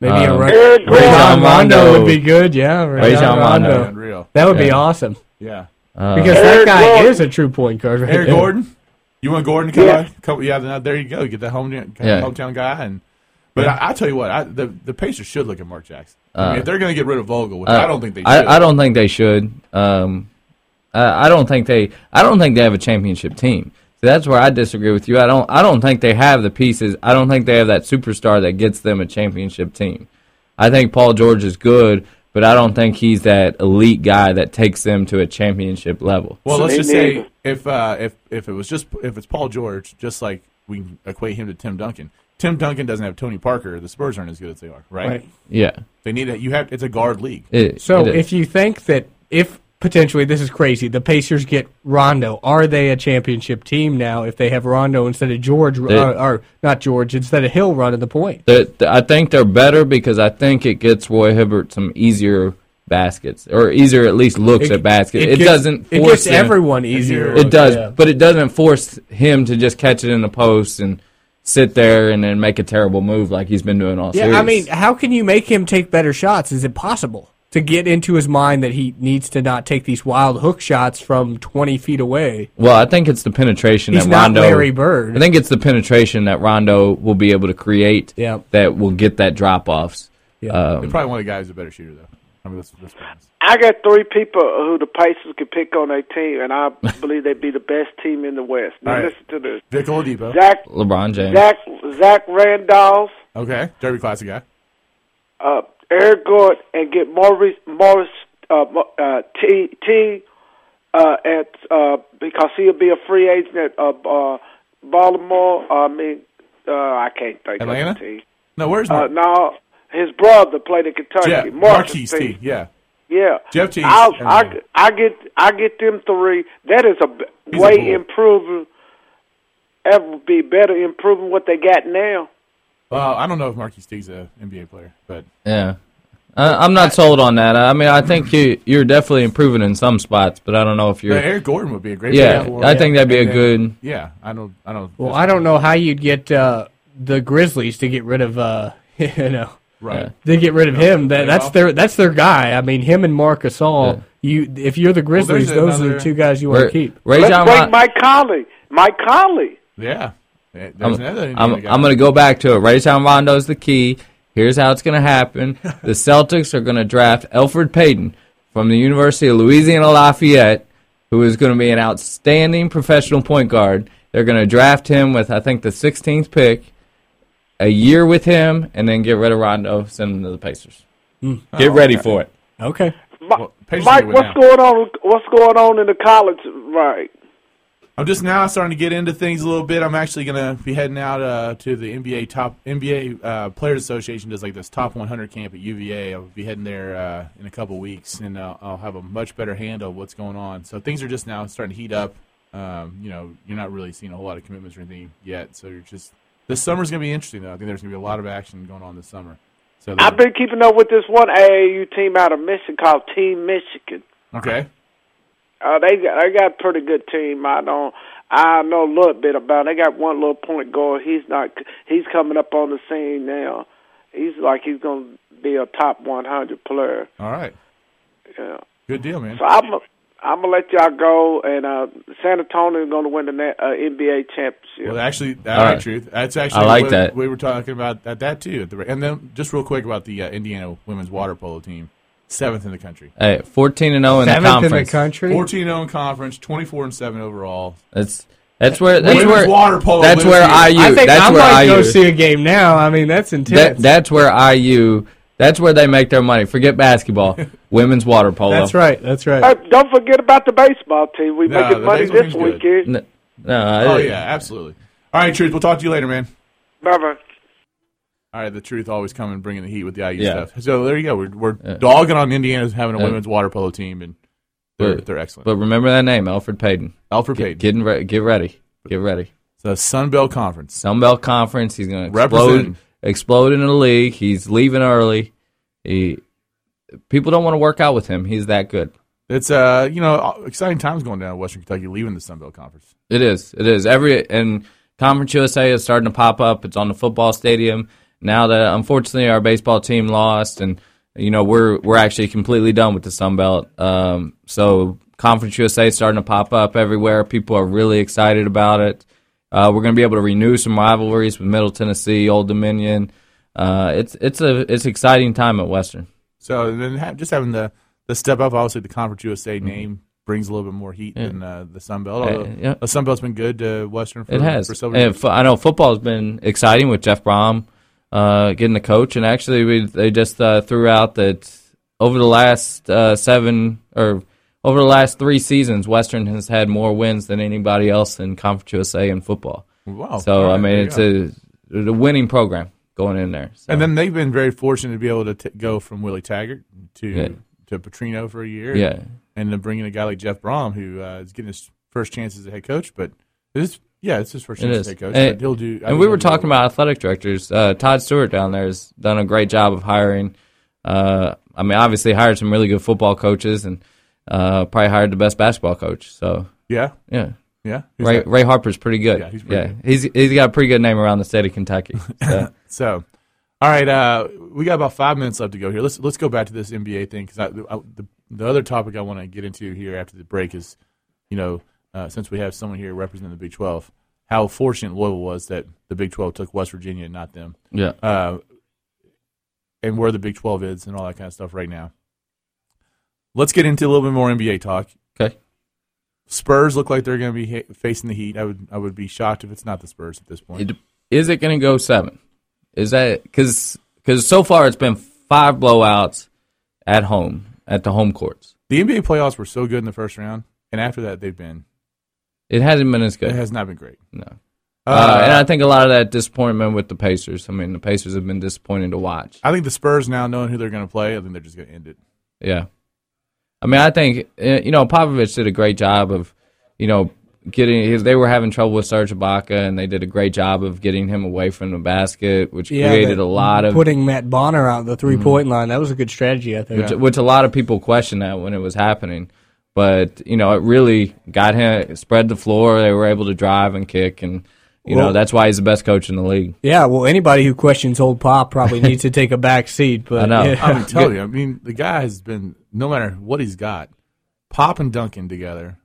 S2: Maybe a
S3: Um,
S2: rec-
S4: Eric
S3: Rajon
S4: Gordon,
S3: Rondo.
S2: would be good. Yeah, Rajon
S3: Rajon
S2: Rondo.
S3: Rondo.
S1: Unreal.
S2: That would be
S3: Yeah.
S2: awesome
S3: (laughs)
S1: Yeah.
S3: Uh,
S2: because that
S4: Eric
S2: guy
S4: Gordon.
S2: is a true point guard. Right
S1: Eric
S2: there.
S1: Gordon. You want Gordon to come
S4: Yeah.
S1: yeah. Couple, yeah. Now, there you go. Get that home, uh,
S3: Yeah.
S1: hometown guy. And but I, I tell you what, I, the the Pacers should look at Mark Jackson. I mean,
S3: Uh,
S1: if they're going to get rid of Vogel, which
S3: Uh,
S1: I don't think they should.
S3: I, I don't think they should. Um, I, I don't think they. I don't think they have a championship team. So that's where I disagree with you. I don't. I don't think they have the pieces. I don't think they have that superstar that gets them a championship team. I think Paul George is good, but I don't think he's that elite guy that takes them to a championship level.
S1: Well,
S4: So
S1: let's
S4: they
S1: just
S4: need-
S1: say if uh, if if it was just if it's Paul George, just like we can equate him to Tim Duncan. Tim Duncan doesn't have Tony Parker. The Spurs aren't as good as they are, right?
S2: Right.
S3: Yeah.
S1: They need that. You have it's a guard league.
S3: It,
S2: So
S3: it is.
S2: if you think that if potentially this is crazy, the Pacers get Rondo, are they a championship team now if they have Rondo instead of George or, or not George instead of Hill running the point?
S3: That- that- I think they're better because I think it gets Roy Hibbert some easier baskets, or easier at least looks at baskets. It,
S2: gets-
S3: doesn't.
S2: It
S3: force
S2: gets
S3: them-
S2: everyone easier.
S1: It
S3: It does,
S2: Yeah.
S3: but it doesn't force him to just catch it in the post and sit there and then make a terrible move like he's been doing all
S2: Yeah,
S3: series.
S2: I mean, how can you make him take better shots? Is it possible to get into his mind that he needs to not take these wild hook shots from 20 feet away?
S3: well, I think it's the penetration
S2: He's
S3: that
S2: not
S3: Rondo.
S2: Larry Bird.
S3: I think it's the penetration that Rondo will be able to create
S2: Yeah.
S3: that will get that drop offs.
S2: Yeah.
S3: Uh,
S1: They're probably one of the guys who's a better shooter though. I mean, that's, that's what it is.
S4: I got three people who the Pacers could pick on their team, and
S1: (laughs)
S4: I believe they'd be the best team in the West. Now
S1: All right.
S4: listen to this:
S1: Vic Oladipo.
S4: Zach,
S3: LeBron James.
S4: Zach, Zach Randolph,
S1: okay, Derby Classic guy.
S4: uh, Eric Gordon, and get Morris Morris uh, Mo- uh, T T uh, at uh, because he'll be a free agent at uh, uh, Baltimore. I mean, uh, I can't think
S1: Atlanta?
S4: of the team.
S1: No, where's
S4: Uh,
S1: Mark?
S4: no, his brother played in Kentucky.
S1: Jeff,
S4: Marcus
S1: Marquise
S4: T.
S1: T. Yeah,
S4: Yeah,
S1: Jeff T.
S4: I'll,
S1: Everything.
S4: I, I get I get them three. That is a b-
S1: He's a bull.
S4: way improving. That would be better improving what they got now.
S1: Well, I don't know if Marquis Teague's an NBA player, but
S3: Yeah. Uh, I'm not sold on that. I mean, I think you you're definitely improving in some spots, but I don't know if
S1: but
S3: you're.
S1: Eric Gordon would be a great
S3: Yeah,
S1: player. for
S3: I
S1: him.
S3: think that'd be
S1: And
S3: a
S1: then-
S3: good-
S1: Yeah, I don't. I don't.
S2: Well, I don't know how you'd get uh, the Grizzlies to get rid of uh, (laughs) you know
S1: Right.
S3: Yeah.
S2: to get rid of him. That, that's their that's their guy. I mean, him and Marcus All. You if you're the
S1: there's
S2: Grizzlies, those are
S1: another-
S2: the two guys you want
S3: Ray-
S2: to keep.
S3: Ray
S4: Let's
S3: John
S4: bring
S3: Ron-
S4: Mike Conley. Mike Conley.
S1: Yeah. There's
S3: I'm,
S1: another Indiana
S3: I'm,
S1: guy.
S3: I'm going to go back to it. Ray John Rondo's the key. Here's how it's going to happen. The Celtics are going to draft Alfred Payton from the University of Louisiana Lafayette, who is going to be an outstanding professional point guard. They're going to draft him with, I think, the 16th pick, a year with him, and then get rid of Rondo, send him to the Pacers. Get ready for it.
S2: Okay.
S4: Mi-
S1: Well, Paige's
S4: Mike,
S1: doing it
S4: what's
S1: now.
S4: going on? What's going on in the college? Right.
S1: I'm just now starting to get into things a little bit. I'm actually going to be heading out uh, to the NBA top NBA uh, Players Association does like this top 100 camp at UVA. I'll be heading there uh, in a couple weeks, and uh, I'll have a much better handle of what's going on. So things are just now starting to heat up. Um, you know, you're not really seeing a whole lot of commitments or anything yet. So you're just this summer's going to be interesting though. I think there's going to be a lot of action going on this summer. So
S4: I've been keeping up with this one AAU team out of Michigan called Team Michigan.
S1: okay.
S4: Uh, they got they got a pretty good team. I don't I know a little bit about. It. They got one little point guard. He's not. He's coming up on the scene now. He's like he's gonna be a top 100 player.
S1: All right.
S4: Yeah.
S1: Good deal, man.
S4: So I'm i I'm gonna let y'all go, and uh, San Antonio is gonna win the na- uh, NBA championship.
S1: Well, actually, all
S3: All
S1: right,
S3: right.
S1: truth. That's actually
S3: I like
S1: what
S3: that.
S1: we were talking about that, that too. at the- And then just real quick about the uh, Indiana women's water polo team, seventh in the country,
S3: Hey, 14 and 0 in the
S2: Seventh in the
S3: conference.
S2: country.
S1: fourteen zero in conference, twenty four and seven overall.
S3: That's that's where that's
S1: Women's
S3: where
S1: water polo
S3: that's where
S1: loses.
S3: IU
S2: I think
S3: that's
S2: I
S3: where
S2: might
S3: IU
S2: go see a game now. I mean, that's
S3: that,
S2: intense.
S3: that's where IU. That's where they make their money. Forget
S1: (laughs)
S3: basketball. Women's water polo.
S2: that's right. That's right.
S4: Hey, don't forget about the baseball team. We
S1: No,
S4: making
S1: the
S4: money
S1: baseball team's
S4: this
S1: good.
S4: weekend.
S3: N- No, I-
S1: Oh yeah, absolutely. All right, truth. We'll talk to you later, man.
S4: Bye-bye.
S1: All right, the truth always coming, and bringing the heat with the IU
S3: Yeah.
S1: stuff. So there you go. We're, we're
S3: Yeah.
S1: dogging on Indiana's having a
S3: Yeah.
S1: women's water polo team, and they're,
S3: But-
S1: they're excellent.
S3: But remember that name, Alfred Payton.
S1: Alfred Payton,
S3: Get, getting re- get ready. Get ready.
S1: the Sun Belt Conference.
S3: Sun Belt Conference. He's going to
S1: Represent.
S3: explode. Explode in the league. He's leaving early. He people don't want to work out with him. He's that good.
S1: It's uh, you know, exciting times going down in Western Kentucky, leaving the Sun Belt Conference.
S3: It is. It is. Every and Conference USA is starting to pop up. It's on the football stadium now that unfortunately our baseball team lost, and you know we're we're actually completely done with the Sun Belt. Um, so Conference USA is starting to pop up everywhere. People are really excited about it. Uh, we're going to be able to renew some rivalries with Middle Tennessee, Old Dominion. Uh, it's it's a it's exciting time at Western.
S1: So then ha- just having the, the step up, obviously the Conference USA
S3: Mm-hmm.
S1: name brings a little bit more heat than uh, the Sun Belt. Although
S3: yeah.
S1: the Sun Belt's been good to Western for,
S3: It has.
S1: for several
S3: And
S1: years.
S3: fo- I know football's been exciting with Jeff Brom uh, getting the coach, and actually we they just uh, threw out that over the last uh, seven or over the last three seasons, Western has had more wins than anybody else in Conference USA in football.
S1: Wow.
S3: So
S1: Oh, All right,
S3: I mean,
S1: there you
S3: it's
S1: go.
S3: a, uh, it's a winning program going in there. So,
S1: and then they've been very fortunate to be able to t- go from Willie Taggart to
S3: Yeah.
S1: to Petrino for a year.
S3: yeah,
S1: And then bringing a guy like Jeff Brom, who uh, is getting his first chance as a head coach, but this yeah, it's his first
S3: it
S1: chance
S3: is.
S1: as a head coach.
S3: and
S1: but he'll do. I
S3: and
S1: think
S3: we
S1: he'll
S3: were
S1: do well.
S3: talking about athletic directors. Uh, Todd Stewart down there has done a great job of hiring. Uh, I mean, obviously hired some really good football coaches, and uh, probably hired the best basketball coach. So
S1: yeah,
S3: yeah,
S1: yeah. Who's
S3: Ray,
S1: that?
S3: Ray Harper's pretty good.
S1: Yeah, he's pretty good.
S3: he's he's got a pretty good name around the state
S1: (laughs)
S3: of Kentucky. So,
S1: So, all right, uh, we got about five minutes left to go here. Let's let's go back to this NBA thing because I, I, the the other topic I want to get into here after the break is, you know, uh, since we have someone here representing the Big Twelve, how fortunate Louisville was that the Big Twelve took West Virginia and not them,
S3: yeah,
S1: uh, and where the Big Twelve is and all that kind of stuff right now. Let's get into a little bit more NBA talk.
S3: okay,
S1: Spurs look like they're going to be ha- facing the Heat. I would I would be shocked if it's not the Spurs at this point.
S3: it, is it going to go seven? Is that because because so far it's been five blowouts at home at the home courts.
S1: The NBA playoffs were so good in the first round, and after that they've been
S3: It hasn't been as good.
S1: It has not been great.
S3: no. Uh, and I think a lot of that disappointment with the Pacers. I mean, the Pacers have been disappointing to watch.
S1: I think the Spurs now knowing who they're going to play, I think they're just going to end it.
S3: eh, Yeah, I mean, I think uh, you know Popovich did a great job of you know getting his, they were having trouble with Serge Ibaka, and they did a great job of getting him away from the basket, which created
S2: that-
S3: a lot of Mm-hmm.
S2: putting Matt Bonner out the three point line. That was a good strategy, I think.
S3: which, which a lot of people questioned that when it was happening. But you know, it really got him it spread the floor. They were able to drive and kick, and you know
S2: Well-
S3: that's why he's the best coach in the league.
S2: Yeah, well, anybody who questions old Pop probably needs to take a back seat. But
S3: I know.
S2: yeah.
S1: I'm
S3: (laughs)
S1: telling you. I mean, the guy has been no matter what he's got, Pop and Duncan together.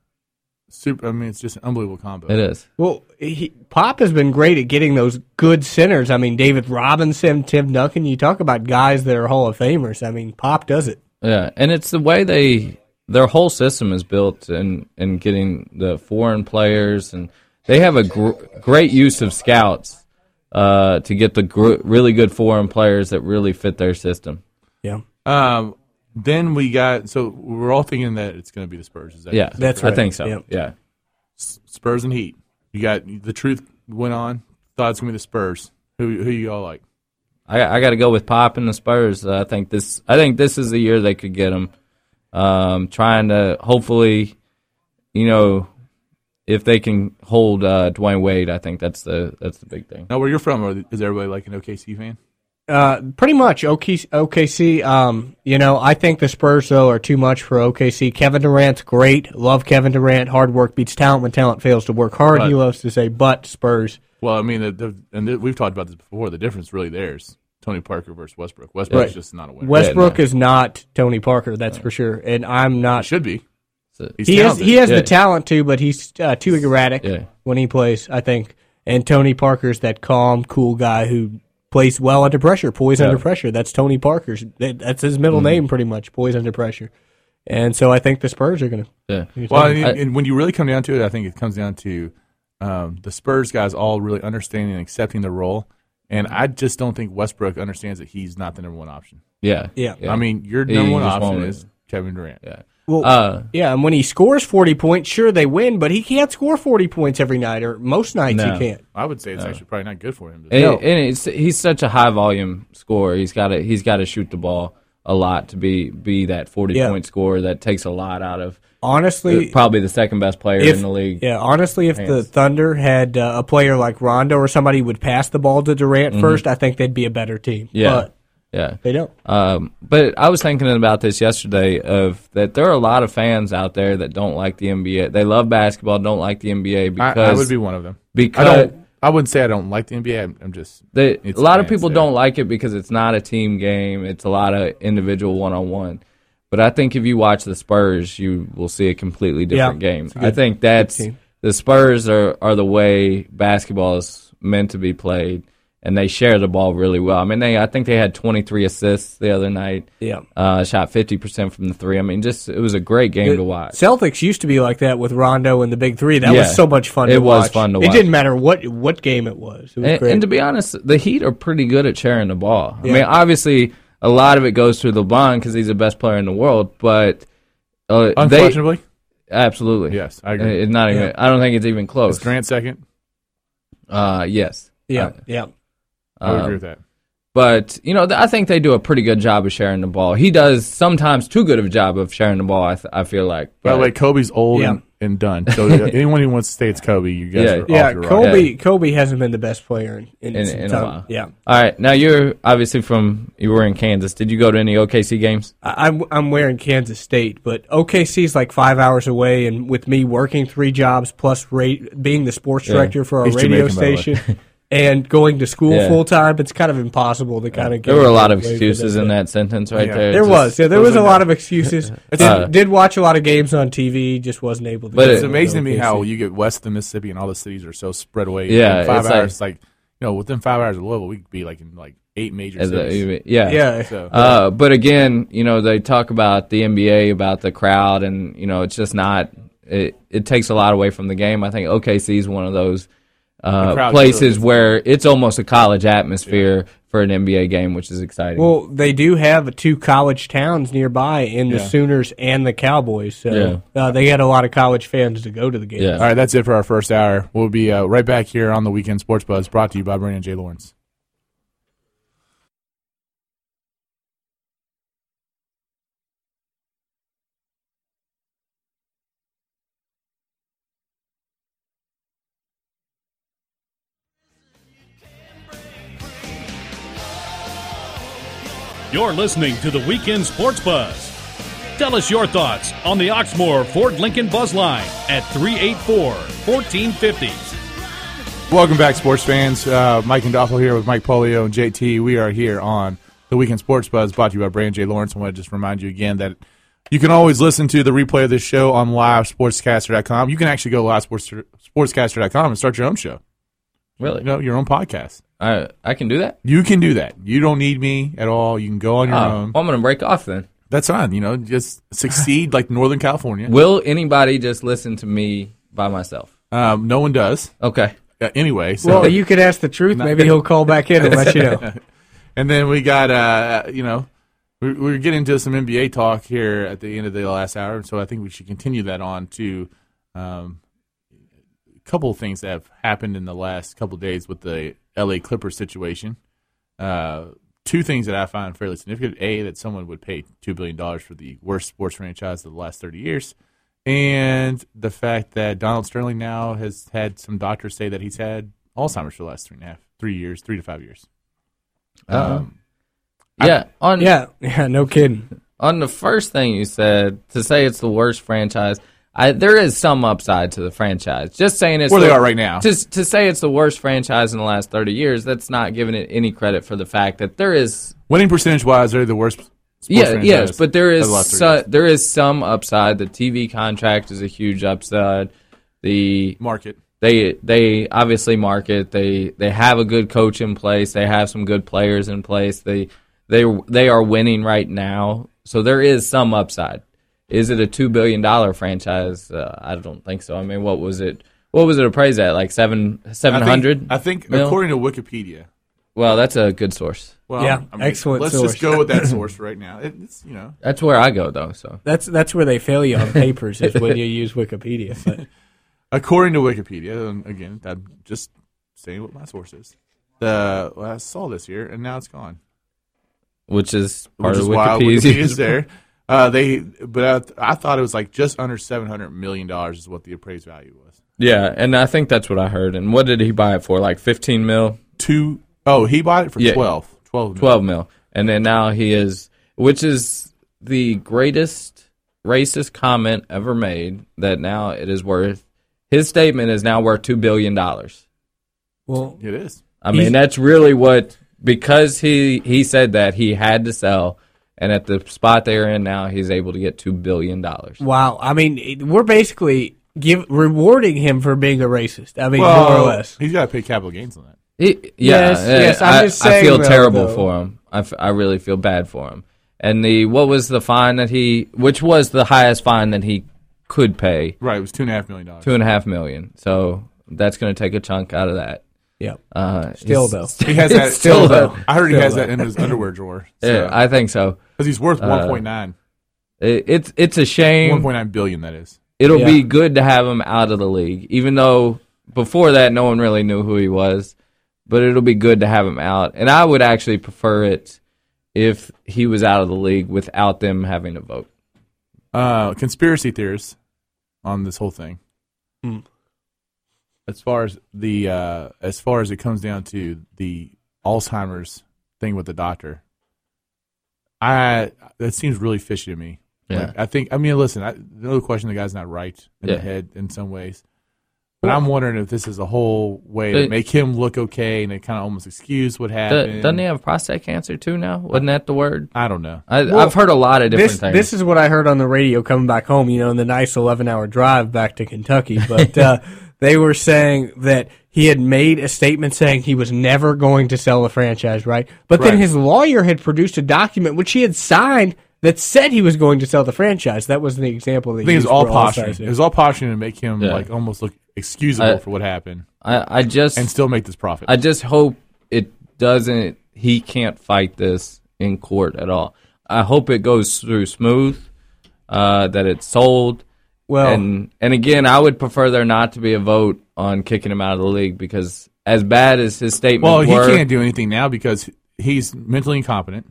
S1: Super. I mean, it's just an unbelievable combo.
S3: It is.
S2: Well, he, Pop has been great at getting those good centers. I mean, David Robinson, Tim Duncan. You talk about guys that are Hall of Famers. I mean, Pop does it.
S3: Yeah, and it's the way they their whole system is built in in getting the foreign players, and they have a gr- great use of scouts uh, to get the gr- really good foreign players that really fit their system.
S2: Yeah,
S1: Um, then we got so we're all thinking that it's going to be the Spurs. Is that
S3: Yeah,
S2: That's
S3: I
S2: right.
S3: think so.
S2: Yep.
S3: Yeah,
S1: Spurs and Heat. You got the truth went on. Thought it's going to be the Spurs. Who who you all like?
S3: I, I got to go with Pop and the Spurs. Uh, I think this. I think this is the year they could get him. Um, trying to hopefully, you know, if they can hold uh, Dwayne Wade, I think that's the that's the big thing.
S1: Now, where you're from, are- is everybody like an OKC fan?
S2: uh, pretty much. OKC, OKC. Um, you know, I think the Spurs though are too much for OKC. Kevin Durant's great. Love Kevin Durant. Hard work beats talent. When talent fails to work hard, he
S1: Right.
S2: loves to say, "But Spurs."
S1: Well, I mean, the, the, and th- we've talked about this before. The difference really there is Tony Parker versus Westbrook. Westbrook's
S2: Right.
S1: just not a winner.
S2: Westbrook is not Tony Parker. That's for sure. And I'm not.
S1: should be.
S3: So-
S1: He's
S2: He has
S1: talented.
S2: he has
S3: Yeah.
S2: the talent too, but he's uh, too erratic
S3: Yeah.
S2: when he plays. I think. And Tony Parker's that calm, cool guy who plays well under pressure, poise under pressure. That's Tony Parker's. that- That's his middle name, pretty much. Poise under pressure. And so I think the Spurs are going to.
S3: Yeah.
S1: Well,
S3: I-
S1: and, and when you really come down to it, I think it comes down to um, the Spurs guys all really understanding and accepting their role. And I just don't think Westbrook understands that he's not the number one option.
S3: Yeah.
S2: Yeah.
S1: I mean, your
S3: He
S1: number one
S3: just
S1: option
S3: won't-
S1: is Kevin Durant.
S3: Yeah.
S2: Well,
S3: Uh,
S2: yeah, and when he scores forty points, sure they win, but he can't score forty points every night or most nights
S3: No.
S2: he can't.
S1: I would say it's actually probably not good for him. To
S3: Uh, and, and it's, he's such a high volume scorer. He's got to he's got to shoot the ball a lot to be be that forty
S2: Yeah.
S3: point scorer that takes a lot out of
S2: Honestly,
S3: probably the second best player
S2: if,
S3: in the league.
S2: Yeah, honestly, if the Thunder had uh, a player like Rondo or somebody who would pass the ball to Durant first, I think they'd be a better team.
S3: Mm-hmm. Yeah.
S2: But
S3: yeah.
S2: they don't.
S3: Um, but I was thinking about this yesterday of that there are a lot of fans out there that don't like the NBA. They love basketball, don't like the NBA
S1: I,
S3: because
S1: I would be one of them.
S3: because
S1: I don't. I wouldn't say I don't like the NBA. I'm, I'm just
S3: They,
S1: It's
S3: a lot of
S1: fans,
S3: people
S1: yeah.
S3: don't like it because it's not a team game. It's a lot of individual one on one. But I think if you watch the Spurs, you will see a completely different
S2: Yeah,
S3: game. I think that's
S2: team.
S3: the Spurs are, are the way basketball is meant to be played, and they share the ball really well. I mean, they I think they had 23 assists the other night.
S2: Yeah.
S3: uh, shot 50 percent from the three. I mean, just it was a great game to watch.
S2: Celtics used to be like that with Rondo and the Big Three. That
S3: Yeah.
S2: was so much fun.
S3: It
S2: to
S3: was
S2: watch.
S3: fun to
S2: It
S3: watch.
S2: didn't matter what what game it was. It was
S3: And,
S2: great.
S3: and to be honest, the Heat are pretty good at sharing the ball. I
S2: Yeah.
S3: mean, obviously, a lot of it goes through LeBron because he's the best player in the world, but uh, they
S1: unquestionably
S3: absolutely
S1: Yes, I agree.
S3: Uh, It's not even.
S2: Yeah.
S3: I don't think it's even close.
S1: is Durant second.
S3: Uh, yes.
S2: yeah,
S3: Uh,
S2: yeah.
S1: I would agree
S3: Um,
S1: with that.
S3: But you know, th- I think they do a pretty good job of sharing the ball. He does sometimes too good of a job of sharing the ball. I, th- I feel like.
S1: By the
S3: But-
S1: way, Kobe's old and, and done. So
S3: (laughs)
S1: anyone who wants to say it's Kobe, you guys
S3: Yeah.
S1: are
S2: Yeah,
S1: off your rocker.
S2: Kobe. Kobe hasn't been the best player in in,
S3: In-
S2: some
S3: in a
S2: time.
S3: while.
S2: Yeah,
S3: all right. Now you're obviously from. You were in Kansas. Did you go to any OKC games?
S2: I, I'm I'm wearing Kansas State, but OKC's like five hours away, and with me working three jobs plus ra- being the sports director for our
S1: He's
S2: radio
S1: Jamaican, by the way.
S2: station
S3: (laughs)
S2: and going to school
S3: Yeah.
S2: full time, it's kind of impossible to kind of. Get
S3: There were a lot of
S2: away from
S3: excuses in that sentence right
S1: Yeah.
S3: there.
S2: There
S3: Just-
S2: was, yeah, there
S1: those
S2: was
S1: are
S2: a
S1: not-
S2: lot of
S3: (laughs)
S2: excuses. did,
S3: Uh,
S2: did watch a lot of games on TV, just wasn't able to.
S3: But
S2: get
S1: It's
S3: it-
S2: to
S1: amazing to me how
S2: OKC.
S1: you get west of the Mississippi and all the cities are so spread away.
S3: Yeah,
S1: In five
S3: it's like-
S1: hours. Like, you know, within five hours of Louisville, we could be like in like eight major
S3: As a-
S1: cities.
S3: yeah.
S2: yeah,
S1: So
S3: Uh, but again, you know, they talk about the NBA, about the crowd, and you know, it's just not. It, it takes a lot away from the game. I think OKC is one of those uh,
S1: crowd
S3: places
S1: really-
S3: where it's almost a college atmosphere for an NBA game, which is exciting.
S2: Well, they do have two college towns nearby in the
S1: Yeah.
S2: Sooners and the Cowboys, so
S3: Yeah.
S2: uh, they had a lot of college fans to go to the game.
S3: yeah.
S1: all right, that's it for our first hour. We'll be uh, right back here on the Weekend Sports Buzz, brought to you by Brandon J. Lawrence.
S5: You're listening to the Weekend Sports Buzz. Tell us your thoughts on the Oxmoor Ford Lincoln Buzz Line at 384 1450.
S1: Welcome back, sports fans. Uh, Mike and Doffel here with Mike Polio and JT. We are here on the Weekend Sports Buzz, brought to you by Brand J. Lawrence. I want to just remind you again that you can always listen to the replay of this show on livesportscaster.com. You can actually go to livesportscaster.com and start your own show,
S3: Really?
S1: you know, your own podcast.
S3: I I can do that.
S1: You can do that. You don't need me at all. You can go on your
S3: Oh,
S1: own.
S3: well, I'm going to break off then.
S1: That's fine. You know, just succeed like Northern California.
S3: Will anybody just listen to me by myself?
S1: Um, no one does.
S3: Okay.
S1: Uh, anyway, so
S2: Well, you could ask the truth. Maybe he'll call back in and let you know.
S1: And then we got, uh, you know, we, we are getting into some NBA talk here at the end of the last hour, so I think we should continue that on to um, a couple of things that have happened in the last couple of days with the LA Clippers situation. Uh, two things that I find fairly significant: a that someone would pay two billion dollars for the worst sports franchise of the last thirty years. And the fact that Donald Sterling now has had some doctors say that he's had Alzheimer's for the last three and a half, three years, three to five years. Um,
S3: Yeah.
S2: (laughs)
S3: on
S2: Yeah, yeah, no kidding.
S3: on the first thing you said to say it's the worst franchise. I, there is some upside to the franchise. Just saying it's
S1: Where they
S3: the-
S1: are right now.
S3: To, to say it's the worst franchise in the last thirty years, that's not giving it any credit for the fact that there is.
S1: Winning percentage wise, they're the worst. Sports
S3: Yeah,
S1: franchise
S3: yes, but there
S1: of
S3: is
S1: the last three
S3: so,
S1: years.
S3: there is some upside. The TV contract is a huge upside. The
S1: market.
S3: they they obviously market they they have a good coach in place they have some good players in place they they they are winning right now so there is some upside is it a 2 billion dollar franchise uh, i don't think so i mean what was it what was it appraised at like 7
S1: I think-
S3: 700
S1: I think,
S3: mil?
S1: according to Wikipedia.
S3: well that's a good source
S1: Well,
S2: Yeah, excellent
S1: Let's
S2: source.
S1: just go with
S2: (clears throat)
S1: that source right now. It, it's you know,
S3: that's where i go though so
S2: That's that's where they fail (laughs) you on papers is when you use Wikipedia. But
S1: according to Wikipedia. And again, I'm just saying what my source is. The well, I saw this here, and now it's gone.
S3: which is part
S1: which
S3: of
S1: is why
S3: wikipedia's
S1: Wikipedia's there. Uh, they, but I, I thought it was like just under seven hundred million dollars is what the appraised value was.
S3: yeah and i think that's what i heard and what did he buy it for like 15 mil
S1: Two oh, he bought it for
S3: Yeah.
S1: twelve. Twelve.
S3: 12 mil. And then now he is, which is the greatest racist comment ever made that now it is worth, his statement is now worth $2 billion. I
S2: (laughs) well,
S1: It is.
S3: mean,
S2: He's-
S3: that's really what, because he, he said that he had to sell. And at the spot they're in now, he's able to get $2 billion.
S2: wow. I mean, it- we're basically give rewarding him for being a racist. I mean, more or less.
S1: he's got to pay capital gains on that.
S3: He, yeah,
S2: Yes,
S3: eh,
S2: yes, I'm
S3: I,
S2: just
S3: I
S2: saying,
S3: feel
S2: though,
S3: terrible
S2: though.
S3: for him. I, f- I really feel bad for him. And the what was the fine that he, which was the highest fine that he could pay,
S1: Right, it was two and a half million dollars.
S3: two and a half million. So that's going to take a chunk out of that.
S2: Yeah.
S3: Uh,
S2: Still
S3: he's-
S2: though.
S1: He has that
S3: (laughs) Still, though.
S1: I heard he
S2: Still,
S1: has
S2: though.
S1: that in his underwear drawer.
S3: Yeah, I uh, think so.
S1: because he's worth 1.9,
S3: It, it's it's a shame.
S1: 1.9 billion. That is.
S3: It'll
S2: Yeah.
S3: be good to have him out of the league, even though before that no one really knew who he was. But it'll be good to have him out, and I would actually prefer it if he was out of the league without them having to vote.
S1: Uh, conspiracy theorists on this whole thing.
S2: Hmm.
S1: As far as the uh, as far as it comes down to the Alzheimer's thing with the doctor, I that seems really fishy to me.
S3: Yeah.
S1: Like, I think I mean listen, I, another question the guy's not right in
S3: Yeah.
S1: the head in some ways. But I'm wondering if this is a whole way
S3: They-
S1: to make him look okay and it kind of almost excuse what
S3: Do-
S1: happened.
S3: doesn't he have prostate cancer too now? Wasn't that the word?
S1: I don't know.
S3: I,
S2: Well,
S3: I've heard a lot of different
S2: This
S3: things.
S2: this is what I heard on the radio coming back home. You know, in the nice eleven hour drive back to Kentucky,
S1: (laughs)
S2: but uh, they were saying that he had made a statement saying he was never going to sell the franchise, right? But then
S1: Right.
S2: his lawyer had produced a document which he had signed that said he was going to sell the franchise. That was the example. That
S1: I think it's all posturing.
S2: posturing.
S1: It was all posturing to make him
S3: Yeah.
S1: like almost look excusable
S3: I-
S1: for what happened
S3: I, I just
S1: and still make this profit.
S3: I just hope it doesn't. He can't fight this in court at all. I hope it goes through smooth. Uh, that it's sold.
S2: Well-
S3: and and again, I would prefer there not to be a vote on kicking him out of the league because as bad as his statement
S1: well, he
S3: were,
S1: can't do anything now because he's mentally incompetent.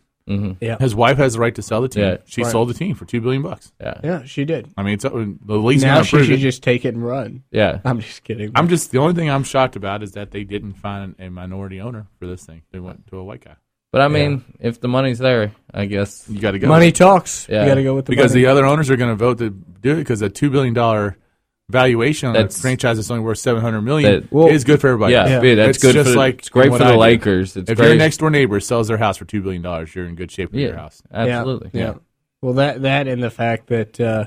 S2: Yeah.
S1: His wife has the right to sell the team.
S3: Mm-hmm. Yeah.
S1: she sold the team for two billion bucks.
S2: Yeah, she did.
S1: I mean, it's, uh, the least
S2: now
S1: amount of
S2: she
S1: proof
S2: should
S1: it.
S2: just take it and run.
S3: yeah.
S2: I'm just kidding.
S1: I'm just the only thing I'm shocked about is that they didn't find a minority owner for this thing. They went to a white guy.
S3: But I mean, if the money's there, I guess.
S1: You got to go.
S2: Money talks.
S3: Yeah.
S2: You got to go with the
S1: because
S2: money.
S1: the other owners are going to vote to do it because a two billion dollar valuation on
S3: That's-
S1: a franchise that's only worth seven hundred million
S3: That- well,
S1: is good for everybody.
S3: Yeah,
S2: Yeah.
S3: dude, that's
S1: It's
S3: good.
S1: just
S3: for the,
S1: like
S3: it's great for
S1: what
S3: the
S1: I do.
S3: Lakers. It's
S1: if
S3: great.
S1: your next door neighbor sells their house for two billion dollars, you're in good shape with
S3: yeah,
S1: your house.
S3: absolutely.
S2: Yeah. yeah. Well, that that and the fact that uh,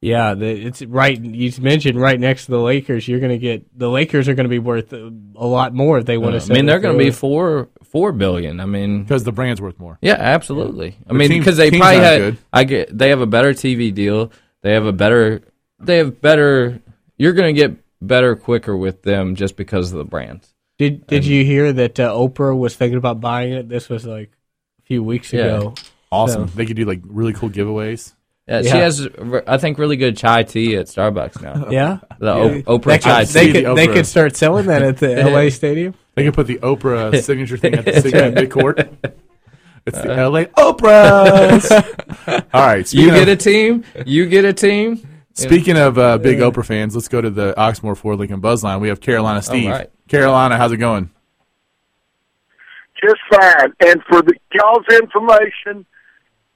S2: yeah, the, it's right. You mentioned right next to the Lakers. You're going to get the Lakers are going to be worth a a lot more if they want
S3: Yeah.
S2: to.
S3: Uh, I mean, they're going to be four four billion. I mean,
S1: Because the brand's worth more.
S3: Yeah, absolutely. I
S1: The
S3: mean,
S1: team-
S3: because they
S1: team's
S3: probably
S1: not
S3: had.
S1: good.
S3: I get. They have a better TV deal. They have a better. They have better. You're gonna get better quicker with them just because of the brands.
S2: Did Did you hear that uh, Oprah was thinking about buying it? This was like a few weeks
S3: Yeah.
S2: ago.
S1: Awesome.
S2: So-
S1: They could do like really cool giveaways.
S3: Yeah, She
S2: Yeah.
S3: has, re- I think, really good chai tea at Starbucks
S2: (laughs)
S3: now.
S2: Yeah.
S3: The O- Oprah
S2: They
S3: chai
S2: could,
S1: I've
S2: they,
S1: seen
S3: tea.
S1: the
S2: could, they
S1: Oprah.
S2: could start selling that at
S3: (laughs)
S2: the LA Stadium.
S1: They could put the Oprah signature thing at the signature mid
S3: (laughs)
S1: court. It's the LA Oprahs.
S3: (laughs)
S1: All right.
S3: Uh. You
S1: Speaking
S3: get
S1: of,
S3: a team. You get a team.
S1: Speaking of uh, big Oprah fans, let's go to the Oxmoor Ford Lincoln Buzz line. We have Carolina Steve.
S3: right.
S1: Carolina, how's it going?
S6: Just fine. And for the y'all's information,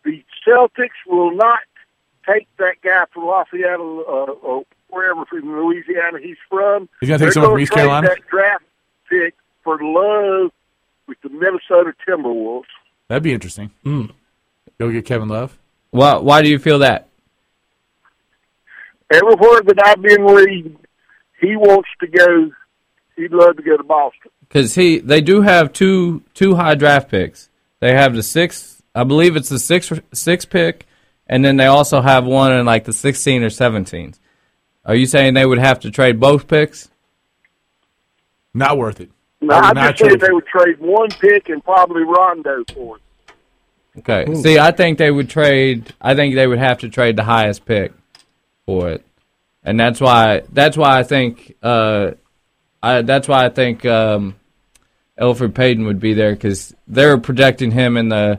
S6: the Celtics will not take that guy from Lafayette uh, or wherever from Louisiana he's from.
S1: He's gonna take
S6: They're
S1: someone from
S6: gonna
S1: East
S6: trade
S1: Carolina?
S6: That draft pick for Love with the Minnesota Timberwolves.
S1: That'd be interesting.
S3: Mm.
S1: Go get Kevin Love.
S3: Why? Why do you feel that?
S6: Everywhere that I've been reading, he wants to go. He'd love to go to Boston.
S3: Because he, they do have two two high draft picks. They have the sixth, I believe it's the sixth six pick, and then they also have one in like the sixteen or seventeens. Are you saying they would have to trade both picks?
S1: Not worth it.
S6: No,
S1: I would
S6: I
S1: not
S6: just said
S1: trade
S6: they
S1: him.
S6: would trade one pick and probably Rondo for it.
S3: Okay. See, I think they would trade. I think they would have to trade the highest pick for it, and that's why. That's why I think. Uh, I that's why I think um, Elfrid Payton would be there because they're projecting him in the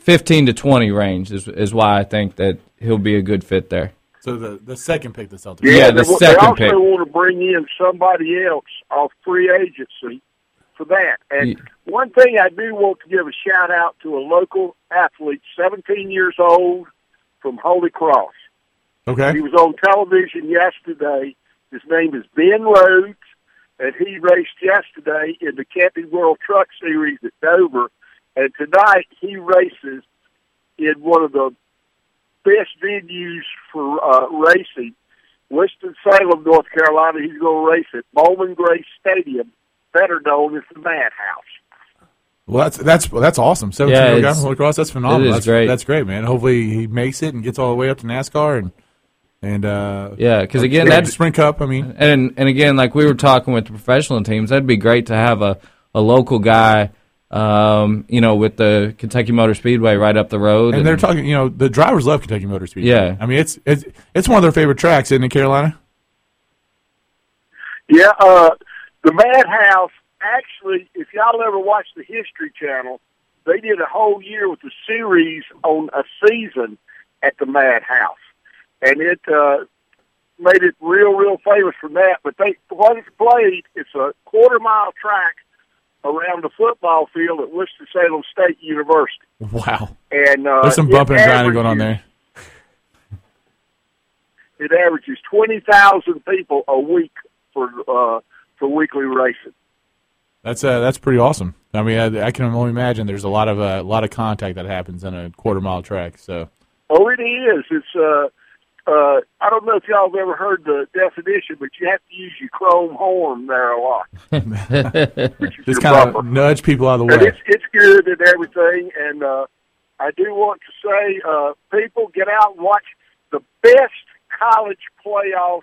S3: fifteen to twenty range. Is is why I think that he'll be a good fit there.
S1: So the, the second pick, the Celtics.
S3: Yeah, the
S6: they, wa-
S3: second
S6: they also
S3: pick.
S6: want to bring in somebody else off free agency for that. And
S3: Ye-
S6: one thing I do want to give a shout out to a local athlete, 17 years old, from Holy Cross.
S1: Okay.
S6: He was on television yesterday. His name is Ben Rhodes, and he raced yesterday in the Camping World Truck Series at Dover. And tonight he races in one of the best venues for uh, racing, Winston Salem, North Carolina. He's going to race at Bowman Gray Stadium, better known as the Madhouse.
S1: Well, that's that's well, that's awesome. Seventeen year old guy
S3: it's-
S1: from Holy Cross. That's phenomenal.
S3: it is
S1: that's
S3: great.
S1: That's great, man. Hopefully he makes it and gets all the way up to NASCAR and and uh,
S3: Yeah, because again,
S1: Sprint-
S3: that's
S1: Sprint Cup. I mean,
S3: and and again, like we were talking with the professional teams, that'd be great to have a a local guy. Um, you know, with the Kentucky Motor Speedway right up the road,
S1: and they're talking. You know, the drivers love Kentucky Motor Speedway.
S3: Yeah.
S1: I mean, it's it's it's one of their favorite tracks, isn't it, Carolina?
S6: Yeah, uh, the Madhouse. Actually, if y'all ever watch the History Channel, they did a whole year with the series on a season at the Madhouse, and it uh, made it real, real famous from that. But they what it's played, it's a quarter mile track around the football field at Winston Salem State University,
S1: Wow.
S6: and uh,
S1: There's some
S6: it
S1: bumping and grinding going on
S6: averages-
S1: there.
S6: It averages twenty thousand people a week for uh, for weekly racing.
S1: That's uh, that's pretty awesome. I mean, I, I can only imagine there's a lot of uh, a lot of contact that happens in a quarter mile track. So
S6: Oh, it is. It's uh, uh, I don't know if y'all have ever heard the definition, but you have to use your chrome horn there a lot. (laughs) Which is
S1: just
S6: your
S1: kind
S6: bumper.
S1: of nudge people out of the
S6: And
S1: way.
S6: it's it's good and everything. And uh, I do want to say, uh, people get out and watch the best college playoffs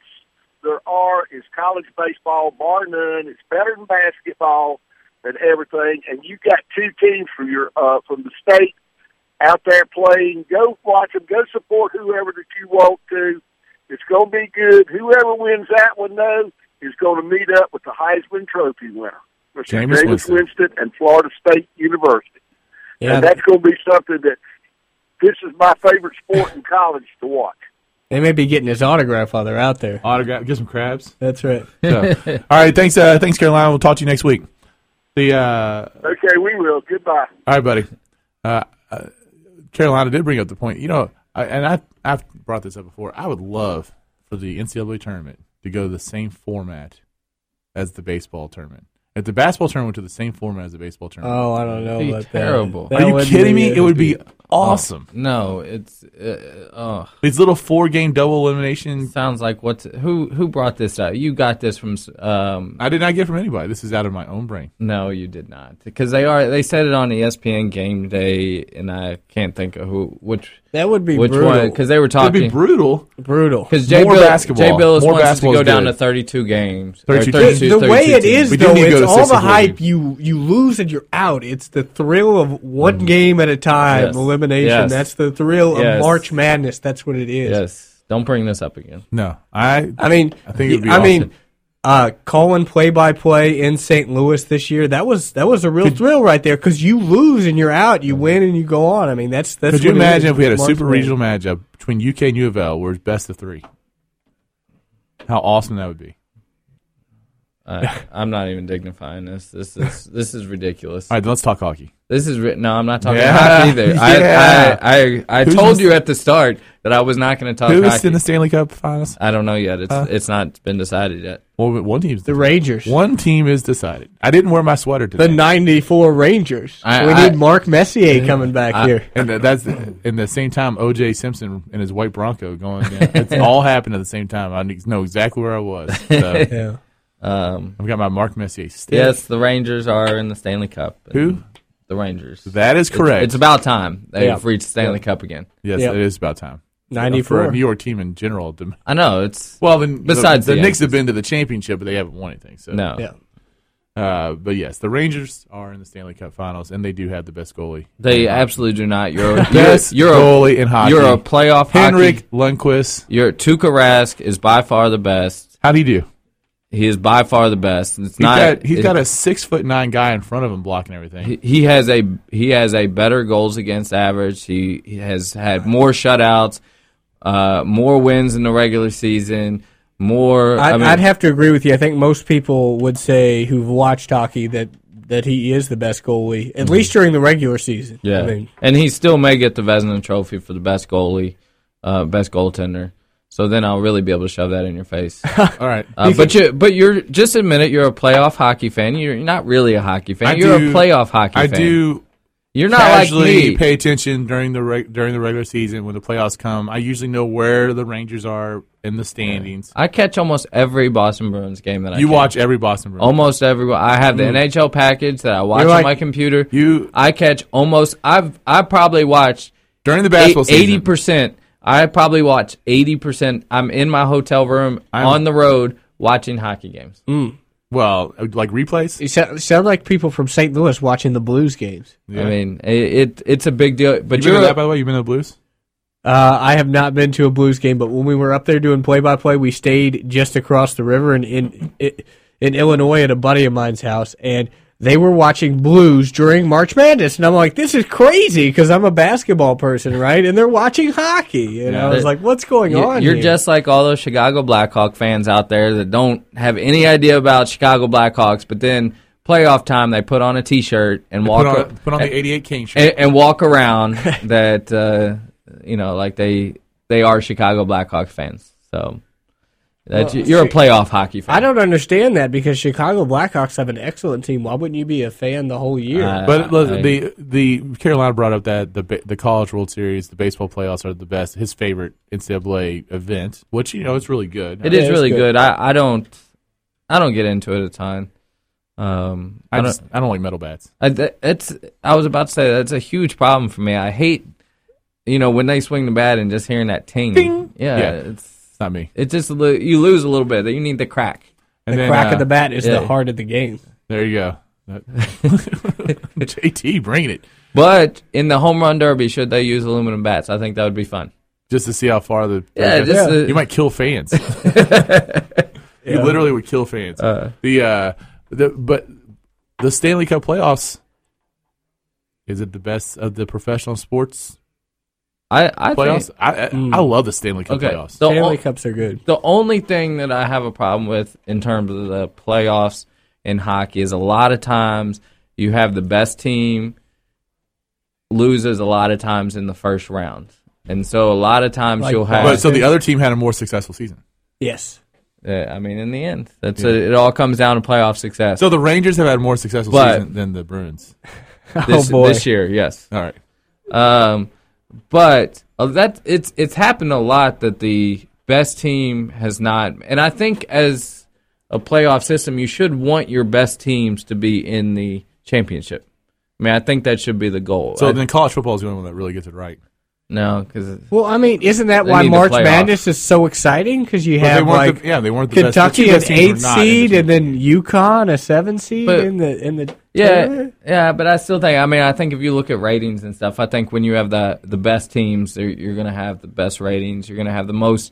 S6: there are is college baseball, bar none. It's better than basketball and everything. And you got two teams from your uh, from the state out there playing. Go watch them. Go support whoever that you want to. It's going to be good. Whoever wins that one, though, is going to meet up with the Heisman Trophy winner, Mr.
S1: Jameis
S6: Jameis
S1: Winston.
S6: Winston and Florida State University.
S2: Yeah,
S6: and that's going to be something that this is my favorite sport in college to watch.
S2: they may be getting his autograph while they're out there.
S1: Autograph, get some crabs.
S2: That's right.
S1: So, all right, thanks, uh, thanks, Carolina. We'll talk to you next week. The uh,
S6: Okay, we will. Goodbye.
S1: All right, buddy. Uh, uh, Carolina did bring up the point. You know, I, and I I've brought this up before. I would love for the NCAA tournament to go to the same format as the baseball tournament. If the basketball tournament went to the same format as the baseball tournament,
S2: Oh, I don't know
S3: Be
S2: about that.
S3: terrible.
S2: that.
S1: are you
S2: would
S1: kidding
S2: be-
S1: me? It would be
S2: Oh.
S1: awesome.
S3: No, it's uh, uh,
S1: These little four game double elimination.
S3: sounds like what's who who brought this up? You got this from s- um,
S1: I did not get from anybody. This is out of my own brain.
S3: No, you did not, because they are. They said it on E ESPN Game Day, and I can't think of who, which,
S2: That would be
S3: which
S2: brutal.
S3: one, because they were
S1: It'd be
S3: talking.
S1: brutal.
S2: brutal.
S3: Because Jay,
S1: More
S3: Bill,
S1: basketball.
S3: Jay Billis
S1: More
S3: wants to
S1: basketball
S3: go
S1: is
S3: down
S1: good.
S3: to thirty-two games.
S1: 32 The-
S3: or
S2: The,
S3: 32,
S2: the way
S3: 32
S2: it
S3: teams.
S2: is
S1: We do
S2: though,
S1: need to go
S2: it's
S1: to
S2: all the
S1: 64
S2: hype you you lose and you're out. It's the thrill of one
S1: Mm-hmm.
S2: game at a time
S3: Yes.
S2: elimination.
S3: Yes.
S2: That's the thrill of
S3: Yes.
S2: March Madness. That's what it is.
S3: Yes, don't bring this up again.
S1: No, I
S2: I mean,
S1: I think it'd be
S2: I mean,
S1: awesome.
S2: uh, calling play by play in St. Louis this year. That was that was a real thrill right there because you lose and you're out. You win and you go on. I mean, that's that's.
S1: Mm-hmm. could you
S2: what it
S1: imagine
S2: is.
S1: if we had a
S2: March
S1: super
S2: Madness.
S1: regional matchup between UK and U of L, where it's best of three? How awesome that would be!
S3: I, I'm not even dignifying this. This is this is ridiculous.
S1: All right, then let's talk hockey.
S3: This is ri- no. I'm not talking
S1: Yeah.
S3: hockey either.
S1: (laughs) Yeah.
S3: I I I, I
S1: Who's
S3: told
S1: in-
S3: you at the start that I was not going to talk
S1: Who's
S3: Uh, hockey.
S1: in the Uh. Stanley Cup Finals?
S3: I don't know yet. It's it's not been decided yet.
S1: Well, one team's
S2: the Rangers,
S1: one team is decided. I didn't wear my sweater
S2: the
S1: today,
S2: '94 Rangers.
S3: I-
S2: we
S3: I-
S2: need Mark Messier coming back
S3: I-
S2: here.
S1: and th- that's in the same time. OJ Simpson and his white Bronco going. Down. It's all happened at the same time. I kn- know exactly where I was. So
S2: Yeah.
S3: Um,
S1: I've got my Mark Messier. Stick.
S3: yes, the Rangers are in the Stanley Cup.
S1: who?
S3: The Rangers.
S1: That is correct.
S3: It's about time they've
S2: Yeah.
S3: reached Stanley Cup again.
S1: yes,
S2: Yep.
S1: it is about time. for a
S2: 94.
S1: New York team in general. to-
S3: I know it's
S1: Well, then
S3: Besides
S1: the, the
S3: the
S1: Knicks
S3: Yankees.
S1: have been to the championship, but they haven't won anything. So
S3: no.
S2: Yeah.
S1: Uh, but yes, the Rangers are in the Stanley Cup Finals, and they do have the best goalie.
S3: They absolutely do
S1: (laughs)
S3: not. You're
S1: Best
S3: you're, you're
S1: goalie in
S3: a,
S1: hockey.
S3: you're a playoff hockey.
S1: Henrik Lundqvist.
S3: You're Tuukka Rask is by far the best.
S1: How do you do?
S3: He is by far the best. It's
S1: He's
S3: not.
S1: got, he's
S3: it-
S1: got a six foot nine guy in front of him blocking everything.
S3: he- He has a he has a better goals against average. He, he has had more shutouts, uh, more wins in the regular season, more.
S2: I'd,
S3: I mean,
S2: I'd have to agree with you. I think most people would say who've watched hockey that that he is the best goalie, at least during the regular season.
S3: Mm-hmm. Yeah,
S2: I mean,
S3: and he still may get the Vesna Trophy for the best goalie, uh, best goaltender. So then I'll really be able to shove that in
S1: (laughs)
S3: your face.
S1: All right.
S3: Uh, but you, but you're just admit it. You're a playoff hockey fan. You're not really a hockey fan.
S1: I
S3: you're
S1: do-
S3: a playoff hockey.
S1: I
S3: fan.
S1: do
S3: You're not like
S1: casually
S3: me.
S1: pay attention during the reg- during the regular season when the playoffs come. I usually know where the Rangers are in the standings.
S3: I catch almost every Boston Bruins game that I
S1: You
S3: can.
S1: watch every Boston Bruins.
S3: Almost every. I have the NHL package that I watch
S2: You're
S3: on
S2: like-
S3: my computer.
S1: Mm. You-
S3: I catch almost. I've I probably watched
S1: during the basketball season.
S3: eighty percent. I probably watch eighty percent. I'm in my hotel room
S1: I'm- Mm.
S3: on the road watching hockey games.
S1: Well, like replays.
S2: you sound, sound like people from St. Louis watching the Blues games.
S1: Yeah.
S3: I mean, it, it it's a big deal. But
S1: you been
S3: you're
S1: to that by the way. You've been to the Blues.
S2: Uh, I have not been to a Blues game, but when we were up there doing play by play, we stayed just across the river in in, in Illinois at a buddy of mine's house, and they were watching Blues during March Madness, and I'm like, this is crazy because I'm a basketball person, right? And they're watching hockey, and I was
S3: that-
S2: like, what's going
S3: You-
S2: on?
S3: You're
S2: here?
S3: just like all those Chicago Blackhawk fans out there that don't have any idea about Chicago Blackhawks, but then playoff time they put on a T-shirt and walk
S1: Put
S3: a-
S1: on, put on the '88 King shirt.
S3: and, and walk around that uh, you know like they they are Chicago Blackhawks fans. So that you, you're a playoff hockey fan.
S2: I don't understand that because Chicago Blackhawks have an excellent team. Why wouldn't you be a fan the whole year?
S3: Uh,
S1: But look,
S3: I-
S1: the the Carolina brought up that the ba- the college World Series, the baseball playoffs are the best. His favorite NCAA event, which you know it's really good.
S3: It
S2: Yeah,
S3: is
S2: it's
S3: really
S2: good.
S3: good. I, I don't I don't get into it a ton. Um,
S1: I,
S3: I don't,
S1: just I don't like metal bats.
S3: I, th- it's. I was about to say that's a huge problem for me. I hate, you know, when they swing the bat and just hearing that ting. Yeah,
S1: Yeah.
S3: it's
S1: It's not me.
S3: it just lo- you lose a little bit. You need the crack.
S1: And
S2: the
S1: then,
S2: crack
S1: uh,
S2: of the bat is
S3: yeah.
S2: the heart of the game.
S1: There you go. That- JT, bringing it
S3: But in the home run derby, should they use aluminum bats? I think that would be fun.
S1: just to see how far the
S3: Yeah, just the-
S1: you might kill fans. You literally would kill fans. the uh, the but the Stanley Cup playoffs is it the best of the professional sports
S3: I I
S1: playoffs?
S3: think
S1: I I, I love the Stanley Cup
S3: okay.
S1: playoffs.
S3: The,
S2: Stanley
S3: o-
S2: Cups are good.
S3: the only thing that I have a problem with in terms of the playoffs in hockey is a lot of times you have the best team loses a lot of times in the first round. And so a lot of times
S2: Like
S3: you'll have
S1: But so the other team had a more successful season.
S2: Yes.
S3: Yeah, I mean, in the end, that's it. All comes down to playoff success.
S1: So the Rangers have had a more successful
S3: But-
S1: season than the Bruins.
S3: this,
S2: oh boy.
S3: this year, yes.
S1: All right.
S3: Um, but uh, that it's it's happened a lot that the best team has not, and I think as a playoff system, you should want your best teams to be in the championship. I mean, I think that should be the goal.
S1: So
S3: I-
S1: then college football is the only one that really gets it right.
S3: no, because
S2: Well, I mean, isn't that
S3: They
S2: why
S3: need the
S2: March
S3: playoff.
S2: Madness is so exciting? Because you
S1: But
S2: have
S1: they weren't
S2: like
S1: the, yeah, they weren't the
S2: Kentucky
S1: best.
S2: an
S1: The two best teams were
S2: eight
S1: not in the
S2: seed, and
S1: championship.
S2: then UConn a seven seed
S3: But-
S2: in the in the
S3: Yeah, yeah, but I still think. I mean, I think if you look at ratings and stuff, I think when you have the the best teams, you're, you're going to have the best ratings. You're going to have the most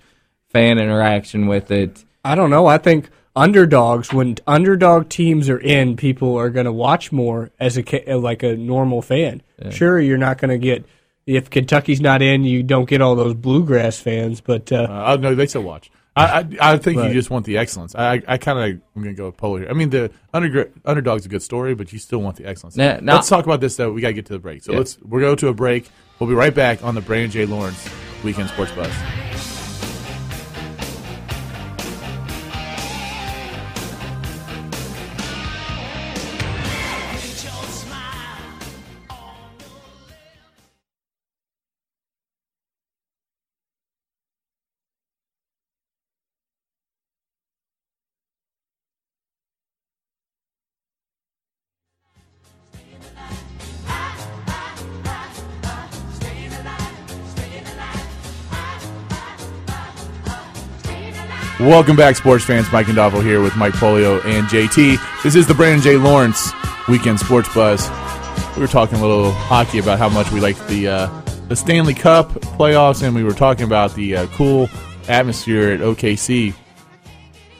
S3: fan interaction with it.
S2: I don't know. I think underdogs when underdog teams are in, people are going to watch more as a ca- like a normal fan. Sure, you're not going to get if Kentucky's not in, you don't get all those bluegrass fans, but uh,
S1: Uh, no, they still watch. I I, I think
S2: Right.
S1: you just want the excellence. I I kind of I'm gonna go with polar here. I mean the under, underdog's a good story, but you still want the excellence.
S3: Now- now-
S1: let's talk about this though. We gotta get to the break. So
S3: Yeah.
S1: let's we'll go to a break. We'll be right back on the Brandon J Lawrence Weekend Sports Buzz. Welcome back, sports fans. Mike Andavo here with Mike Polio and JT. This is the Brandon J. Lawrence Weekend Sports Buzz. We were talking a little hockey about how much we liked the uh, the Stanley Cup playoffs, and we were talking about the uh, cool atmosphere at OKC.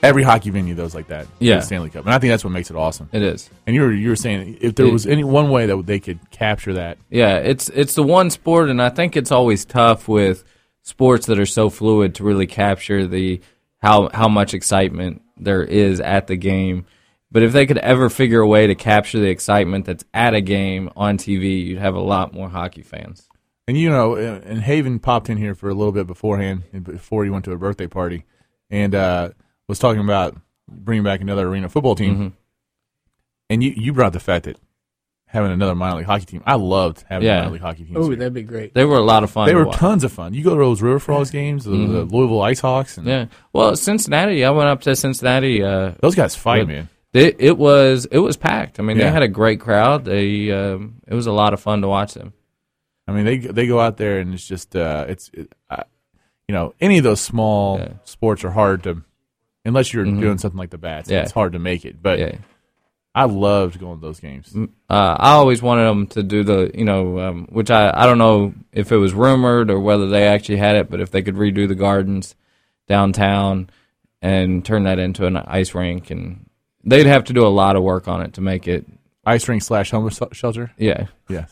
S1: Every hockey venue though is like that. for
S3: Yeah.
S1: the Stanley Cup, and I think that's what makes it awesome.
S3: It is.
S1: And you were you were saying if there
S3: Yeah.
S1: was any one way that they could capture that,
S3: Yeah, it's it's the one sport, and I think it's always tough with sports that are so fluid to really capture the how how much excitement there is at the game. But if they could ever figure a way to capture the excitement that's at a game on TV, you'd have a lot more hockey fans.
S1: And you know, and Haven popped in here for a little bit beforehand, before he went to a birthday party, and uh, was talking about bringing back another arena football team.
S3: Mm-hmm.
S1: And you, you brought the fact that having another minor league hockey team. I loved having
S3: Yeah.
S1: minor league hockey teams.
S2: oh,
S1: here.
S2: that'd be great.
S3: They were a lot of fun.
S1: they
S3: to
S1: were
S3: watch.
S1: tons of fun. You go to Rose River for
S3: (laughs)
S1: all those games, the, the Louisville Icehawks, and
S3: Mm-hmm. Yeah. Well, Cincinnati. I went up to Cincinnati. Uh,
S1: those guys fight,
S3: But-
S1: man.
S3: it, it was it was packed. I mean,
S1: Yeah.
S3: they had a great crowd. They um, it was a lot of fun to watch them.
S1: I mean, they they go out there and it's just uh, it's it, I, you know any of those small
S3: Yeah. Mm-hmm.
S1: sports are hard to unless you're doing something like the bats.
S3: Yeah.
S1: It's hard to make it, but.
S3: Yeah.
S1: I loved going to those games.
S3: Uh, I always wanted them to do the you know um, which I I don't know if it was rumored or whether they actually had it, but if they could redo the gardens downtown and turn that into an ice rink and they'd have to do a lot of work on it to make it
S1: Ice rink slash homeless shelter.
S3: yeah
S1: Yeah.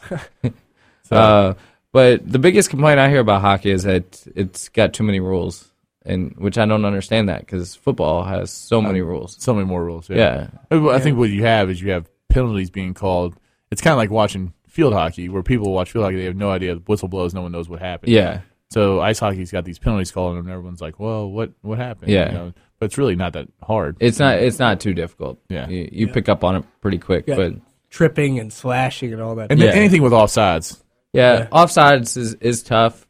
S3: Uh, but the biggest complaint I hear about hockey is that it's got too many rules, and which I don't understand that because football has so many rules.
S1: (laughs) so many more rules.
S3: Yeah,
S1: I I think what you have is you have penalties being called. It's kind of like watching field hockey, where people watch field hockey, they have no idea. The whistle blows, no one knows what happened.
S3: yeah,
S1: So ice hockey's got these penalties called, and everyone's like, "Well, what what happened?"
S3: Yeah.
S1: You know? But it's really not that hard.
S3: it's not it's not too difficult.
S1: Yeah.
S3: you, you pick up on it pretty quick.
S2: Yeah.
S3: But
S2: Tripping and slashing and all that.
S1: and then
S3: yeah.
S1: anything with offsides.
S3: yeah, offsides is is tough.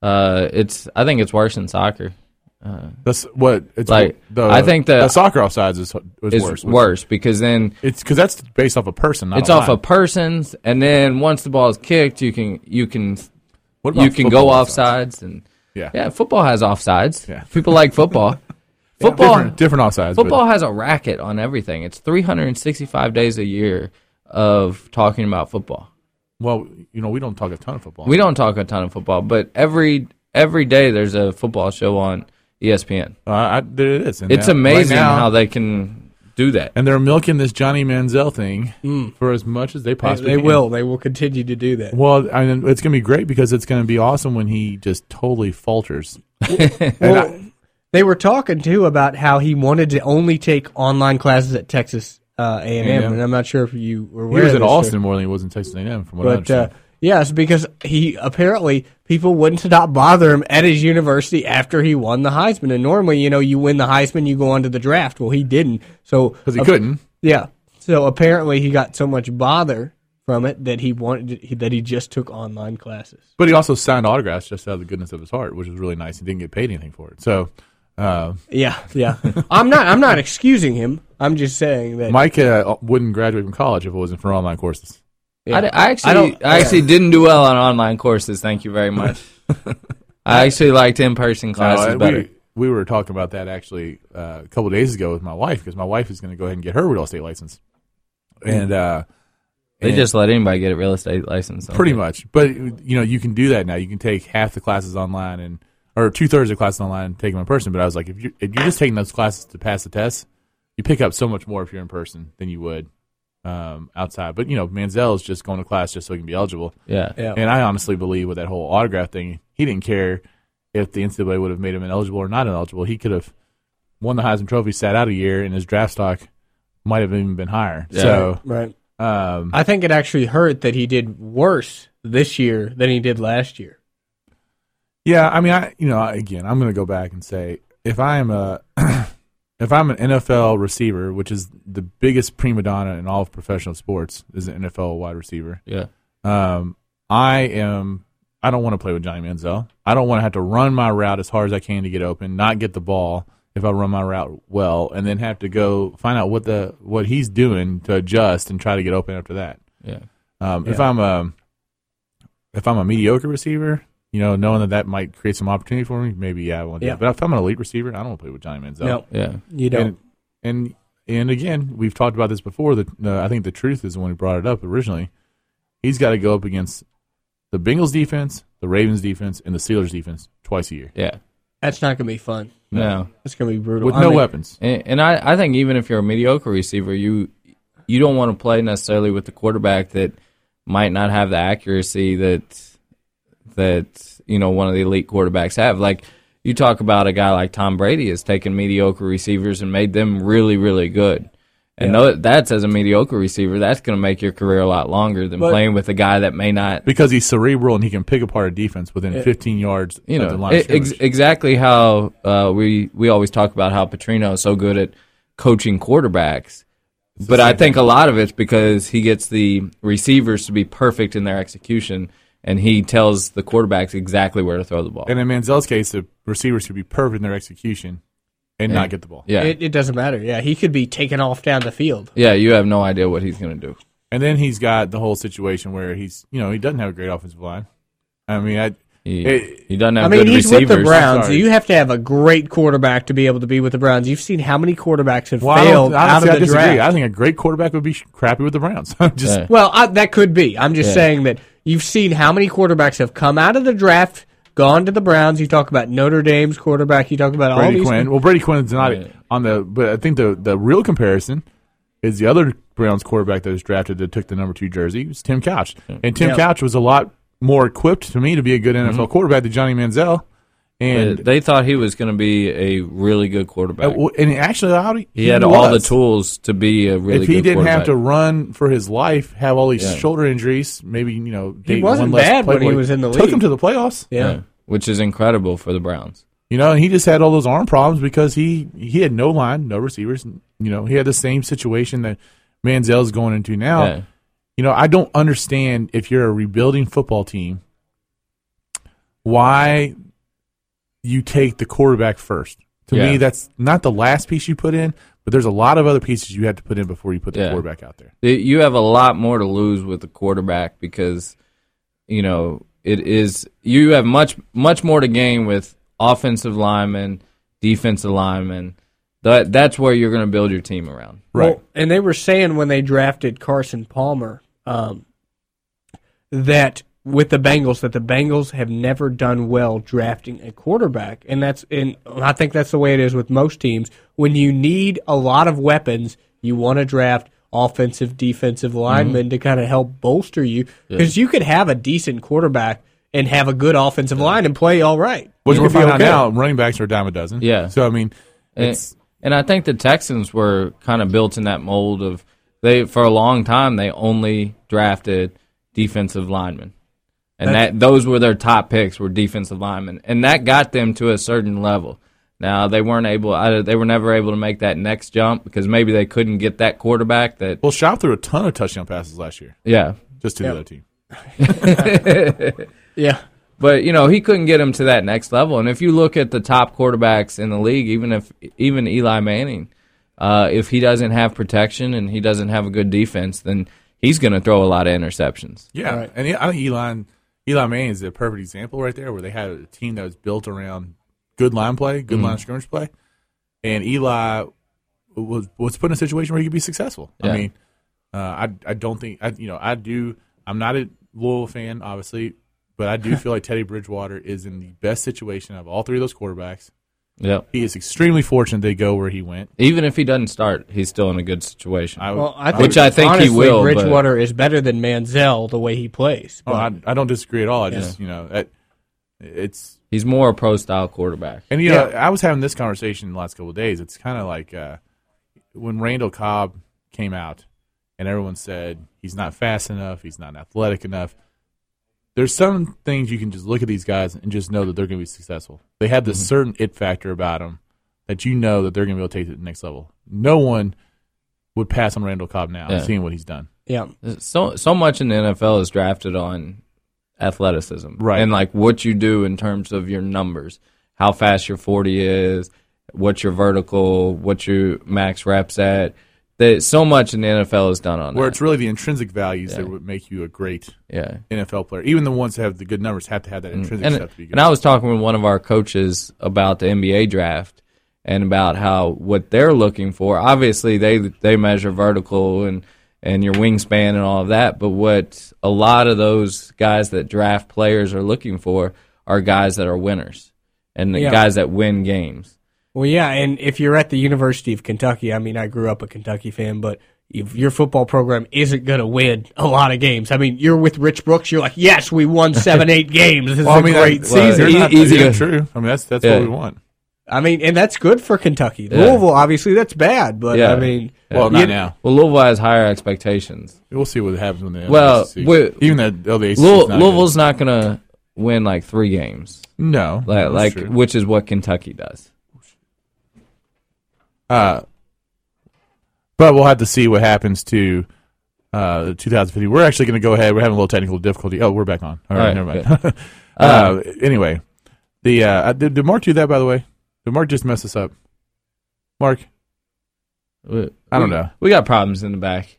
S3: Uh, it's I think it's worse than soccer.
S1: That's what it's
S3: Like,
S1: The,
S3: I think the-
S1: the soccer offsides is, is
S3: It's
S1: worse.
S3: worse because then
S1: It's because that's based off a person. Not
S3: it's
S1: a
S3: off
S1: line.
S3: of persons, and then once the ball is kicked, you can you can
S1: What about
S3: you can
S1: football
S3: go
S1: offsides?
S3: offsides and
S1: Yeah.
S3: yeah, football has offsides.
S1: Yeah.
S3: people
S1: (laughs)
S3: like football. Football
S1: Different, different offsides. but-
S3: Football has a racket on everything. It's 365 days a year of talking about football.
S1: well, you know, we don't talk a ton of football.
S3: We don't talk a ton of football, but every every day there's a football show on E ESPN.
S1: Uh, I, there it is. And
S3: It's
S1: now- right
S3: amazing
S1: now-
S3: how they can do that.
S1: and they're milking this Johnny Manziel thing for as much as they
S2: They,
S1: possibly
S2: they
S1: can.
S2: will. They will continue to do that.
S1: Well, I mean, it's going to be great because it's going to be awesome when he just totally falters. And I-
S2: Well, they were talking too about how he wanted to only take online classes at Texas uh, A&M,
S1: A&M.
S2: and I'm not sure if you were
S1: He
S2: aware
S1: was
S2: of
S1: at
S2: this, sir.
S1: Austin more than he was in Texas A&M, from what I
S2: But uh,
S1: understand.
S2: yes, because he apparently people wouldn't stop bother him at his university after he won the Heisman. And normally, you know, you win the Heisman, you go on to the draft. Well, he didn't. So
S1: Because he
S2: ap-
S1: couldn't.
S2: Yeah. So apparently, he got so much bother from it that he wanted he- that he just took online classes.
S1: But he also signed autographs just out of the goodness of his heart, which was really nice. He didn't get paid anything for it. So uh,
S2: Yeah,
S1: (laughs)
S2: yeah. I'm not I'm not excusing him. I'm just saying that
S1: Mike uh, wouldn't graduate from college if it wasn't for online courses.
S3: I, d- I actually, I,
S2: don't-
S3: actually didn't do well on online courses. Thank you very much. (laughs) I actually liked in-person classes
S1: Uh,
S3: better.
S1: We, we were talking about that actually uh, a couple days ago with my wife because my wife is going to go ahead and get her real estate license. And uh,
S3: Mm. they just let anybody get a real estate license. don't
S1: pretty
S3: they?
S1: much, but you know, you can do that now. You can take half the classes online and or two thirds of classes online and take them in person. But I was like, if you're if you're just taking those classes to pass the test, you pick up so much more if you're in person than you would um, outside. But you know, Manziel is just going to class just so he can be eligible.
S3: Yeah.
S2: Yeah.
S1: And I honestly believe with that whole autograph thing, he didn't care if the NCAA would have made him ineligible or not ineligible. He could have won the Heisman Trophy, sat out a year, and his draft stock might have even been higher. So,
S2: right.
S1: um,
S2: I think it actually hurt that he did worse this year than he did last year.
S1: yeah, I mean, I you know, again, I'm going to go back and say if I'm a (clears throat) if I'm an NFL receiver, which is the biggest prima donna in all of professional sports, is an NFL wide receiver.
S3: Yeah.
S1: Um, I am. I don't want to play with Johnny Manziel. I don't want to have to run my route as hard as I can to get open, not get the ball if I run my route well, and then have to go find out what the what he's doing to adjust and try to get open after that.
S3: Yeah.
S1: Um, If I'm a if I'm a mediocre receiver, you know, knowing that that might create some opportunity for me, maybe yeah, I want to.
S2: Yeah.
S1: Do it. But if I'm an elite receiver, I don't want to play with Johnny Manziel.
S2: No,
S3: Yeah.
S2: you don't.
S1: And, and and again, we've talked about this before. That uh, I think the truth is the one who brought it up originally. He's got to go up against the Bengals defense, the Ravens defense, and the Steelers defense twice a year
S3: Yeah.
S2: That's not going to be fun.
S3: No.
S2: That's going to be brutal.
S1: with
S2: I
S1: no
S2: mean,
S1: weapons.
S3: And, and I, I think even if you're a mediocre receiver, you you don't want to play necessarily with the quarterback that might not have the accuracy that that you know one of the elite quarterbacks have. Like you talk about a guy like Tom Brady has taken mediocre receivers and made them really really good. And tho- that's as a mediocre receiver, that's going to make your career a lot longer than
S2: But-
S3: playing with a guy that may not
S1: Because he's cerebral and he can pick apart a defense within 15 yards
S3: you
S1: of the
S3: know
S1: line. of
S3: e- ex-
S1: scrimmage.
S3: exactly how uh, we we always talk about how Petrino is so good at coaching quarterbacks. But I think a lot of it's because he gets the receivers to be perfect in their execution, and he tells the quarterbacks exactly where to throw the ball.
S1: and in Manziel's case, the receivers should be perfect in their execution and not get the ball.
S3: yeah,
S2: It, it doesn't matter. Yeah, he could be taken off down the field.
S3: yeah, you have no idea what he's going to do.
S1: And then he's got the whole situation where he's you know he doesn't have a great offensive line. I mean, I,
S3: He,
S1: It-
S3: he doesn't have
S2: I mean,
S3: good
S2: he's
S3: receivers.
S2: with the Browns.
S1: sorry.
S2: You have to have a great quarterback to be able to be with the Browns. You've seen how many quarterbacks have
S1: well, I don't-
S2: failed out
S1: honestly, I
S2: of the
S1: disagree.
S2: draft.
S1: I think a great quarterback would be sh- crappy with the Browns. (laughs) Just
S3: Yeah.
S2: Well, I, that could be. I'm just
S3: Yeah.
S2: saying that you've seen how many quarterbacks have come out of the draft, gone to the Browns. You talk about Notre Dame's quarterback. You talk about all
S1: Brady
S2: these.
S1: Quinn. Well, Brady Quinn's not
S3: Yeah.
S1: on the, but I think the the real comparison is the other Browns quarterback that was drafted that took the number two jersey was Tim Couch, and Tim
S2: Yeah.
S1: Couch was a lot more equipped to me to be a good NFL
S3: Mm-hmm.
S1: quarterback than Johnny Manziel,
S3: Uh,
S1: and
S3: they thought he was going to be a really good quarterback.
S1: uh, and in actuality,
S3: he, had all the
S1: was.
S3: tools to be a really.
S1: if he
S3: good
S1: didn't have
S3: quarterback.
S1: to run for his life, have all these
S3: Yeah.
S1: shoulder injuries, maybe you know date one
S2: wasn't
S1: less
S2: bad when
S1: play-
S2: he was in the
S1: Took
S2: league.
S1: him to the playoffs.
S2: Yeah.
S3: Yeah, which is incredible for the Browns.
S1: You know, and he just had all those arm problems because he he had no line, no receivers. and, You know, he had the same situation that Manziel's going into now.
S3: Yeah.
S1: You know, I don't understand if you're a rebuilding football team, why you take the quarterback first. To me,
S3: Yeah.
S1: that's not the last piece you put in, but there's a lot of other pieces you have to put in before you put the
S3: Yeah.
S1: quarterback out there.
S3: Th- You have a lot more to lose with the quarterback because, you know, it is you have much much more to gain with offensive linemen, defensive linemen. That that's where you're going to build your team around.
S1: Right.
S2: Well, and they were saying when they drafted Carson Palmer um, that with the Bengals that the Bengals have never done well drafting a quarterback, and that's and I think that's the way it is with most teams. When you need a lot of weapons, you want to draft offensive, defensive
S1: Mm-hmm.
S2: linemen to kind of help bolster you because you could have a decent quarterback and have a good offensive line and play all right.
S1: Which
S2: You
S1: we're
S2: could be
S1: finding out
S2: okay.
S1: now, running backs are a dime a dozen.
S3: Yeah.
S1: So I mean,
S3: And-
S1: it's
S3: And I think the Texans were kind of built in that mold of they for a long time they only drafted defensive linemen. And that those were their top picks were defensive linemen. And that got them to a certain level. Now they weren't able I, they were never able to make that next jump because maybe they couldn't get that quarterback that
S1: Well, Schaub threw a ton of touchdown passes last year,
S3: yeah.
S1: just to the other team.
S2: Yeah.
S3: But you know he couldn't get him to that next level, and if you look at the top quarterbacks in the league, even if even Eli Manning, uh, if he doesn't have protection and he doesn't have a good defense, then he's going to throw a lot of interceptions.
S1: Yeah, and I think Elon Elon Manning is a perfect example right there, where they had a team that was built around good line play, good line scrimmage play, and Eli was was put in a situation where he could be successful. I
S3: Yeah.
S1: mean, uh, I I don't think I you know I do I'm not a Louisville fan obviously, but I do feel like Teddy Bridgewater is in the best situation of all three of those quarterbacks.
S3: Yep.
S1: He is extremely fortunate they go where he went.
S3: Even if he doesn't start, he's still in a good situation.
S1: Oh, I,
S2: Well, I think,
S3: Which I think he
S2: honestly,
S3: will, but-
S2: Bridgewater is better than Manziel the way he plays.
S1: oh, I, I don't disagree at all. I just you know that it's
S3: He's more a pro style quarterback.
S1: And you know, I was having this conversation the last couple of days. It's kind of like uh, when Randall Cobb came out, and everyone said he's not fast enough, he's not athletic enough. There's some things you can just look at these guys and just know that they're going to be successful. They have
S3: Mm-hmm.
S1: this certain it factor about them that you know that they're going to be able to take it to the next level. No one would pass on Randall Cobb now,
S3: Yeah.
S1: seeing what he's done.
S2: Yeah.
S3: So so much in the NFL is drafted on athleticism,
S1: Right.
S3: And like what you do in terms of your numbers, how fast your forty is, what your vertical, what your max reps at. That so much in the NFL is done on
S1: Where
S3: that.
S1: it's really the intrinsic values that would make you a great
S3: yeah.
S1: NFL player. Even the ones that have the good numbers have to have that intrinsic
S3: Mm. And,
S1: stuff to be good.
S3: and I was talking with one of our coaches about the NBA draft and about how what they're looking for. Obviously, they they measure vertical and and your wingspan and all of that, but what a lot of those guys that draft players are looking for are guys that are winners and the
S2: Yeah.
S3: guys that win games.
S2: Well, yeah, and if you're at the University of Kentucky, I mean, I grew up a Kentucky fan, but if your football program isn't going to win a lot of games, I mean, you're with Rich Brooks, you're like, yes, we
S1: (laughs)
S2: won seven, eight games. This is
S1: Well,
S2: a
S1: I mean,
S2: great
S1: that-
S2: season.
S1: they're
S3: e-
S1: not-
S3: easy
S1: yeah,
S3: to-
S1: true. I mean, that's that's
S3: Yeah.
S1: what we want.
S2: I mean, and that's good for Kentucky. Louisville, obviously, that's bad, but
S3: Yeah.
S2: I mean,
S1: Well,
S2: you-
S1: not now.
S3: Well, Louisville has higher expectations.
S1: We'll see what happens when they.
S3: Well, we-
S1: even the LDAC.
S3: Louis, Louisville's not going to win like three games,
S1: no,
S3: like,
S1: that's
S3: like
S1: true.
S3: which is what Kentucky does.
S1: Uh, but we'll have to see what happens to uh, the 2050. We're actually going to go ahead. We're having a little technical difficulty. Oh, we're back on. All right,
S3: All right,
S1: never mind. (laughs) uh, anyway, the uh, did, did Mark do that? By the way, did Mark just mess us up? Mark,
S3: We-
S1: I don't
S3: we-
S1: know.
S3: We got problems in the back.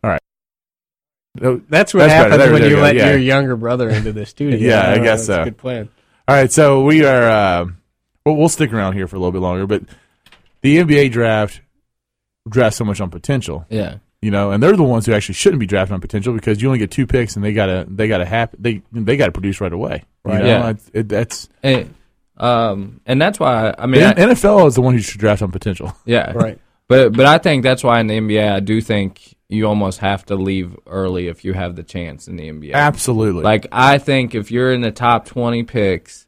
S1: No.
S2: that's what
S1: That's better.
S2: happens
S1: There we
S2: when
S1: go.
S2: you let
S1: Yeah.
S2: your younger brother into the studio.
S1: (laughs) Yeah, I
S2: Uh,
S1: guess
S2: that's a
S1: so.
S2: Good plan.
S1: All right, so we are. Uh, well, we'll stick around here for a little bit longer, but the NBA draft drafts so much on potential.
S3: Yeah.
S1: you know, and they're the ones who actually shouldn't be drafting on potential because you only get two picks, and they gotta they gotta hap- they they gotta produce right away. Right.
S3: Right. Yeah.
S1: that's
S3: And, um, and that's why I mean, I-
S1: N- NFL is the one who should draft on potential.
S3: yeah,
S2: Right.
S3: But but I think that's why in the NBA, I do think you almost have to leave early if you have the chance in the NBA.
S1: Absolutely.
S3: Like I think if you're in the top twenty picks,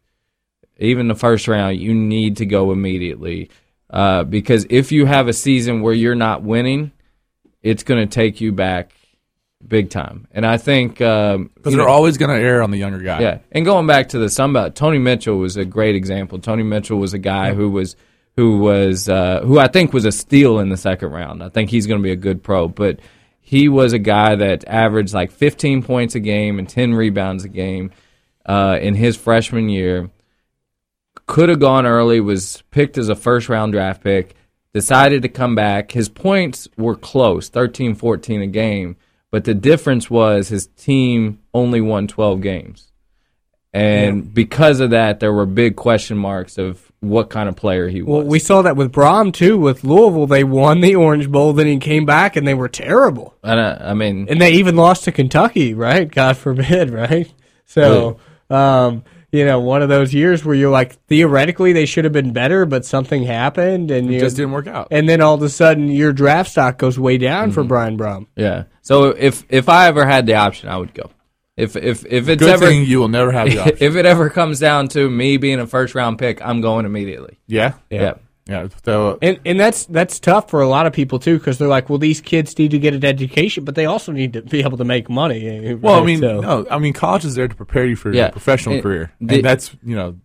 S3: even the first round, you need to go immediately uh, because if you have a season where you're not winning, it's going to take you back big time. And I think um,
S1: because
S3: you know-
S1: they're always gonna err on the younger guy.
S3: Yeah, and going back to the Sunbelt, Tony Mitchell was a great example. Tony Mitchell was a guy who was who was uh, who I think was a steal in the second round. I think he's going to be a good pro, but he was a guy that averaged like 15 points a game and 10 rebounds a game uh, in his freshman year. Could have gone early. Was picked as a first round draft pick. Decided to come back. His points were close, 13, 14 a game, but the difference was his team only won 12 games. And because of that, there were big question marks of what kind of player he
S2: Well,
S3: was.
S2: we saw that with Brom too. With Louisville, they won the Orange Bowl, then he came back and they were terrible.
S3: and I, I mean,
S2: and they even lost to Kentucky, right? God forbid, (laughs) right? So, um, you know, one of those years where you're like, theoretically, they should have been better, but something happened, and you
S1: It just didn't work out. Mm-hmm.
S2: And then all of a sudden, your draft stock goes way down for Brian Brom.
S3: yeah. So if if I ever had the option, I would go. If if if it's
S1: Good
S3: ever
S1: thing you will never
S3: (laughs)
S1: have the option.
S3: if it ever comes down to me being a first round pick, I'm going immediately.
S1: yeah.
S3: Yeah.
S1: Yeah. So
S2: And and that's that's tough for a lot of people too because they're like, well, these kids need to get an education, but they also need to be able to make money. (laughs) eh,
S1: Well, I
S2: right?
S1: mean,
S2: So-
S1: no, I mean, college is there to prepare you for
S3: Yeah.
S1: your professional
S3: It-
S1: career,
S3: the-
S1: and that's you know,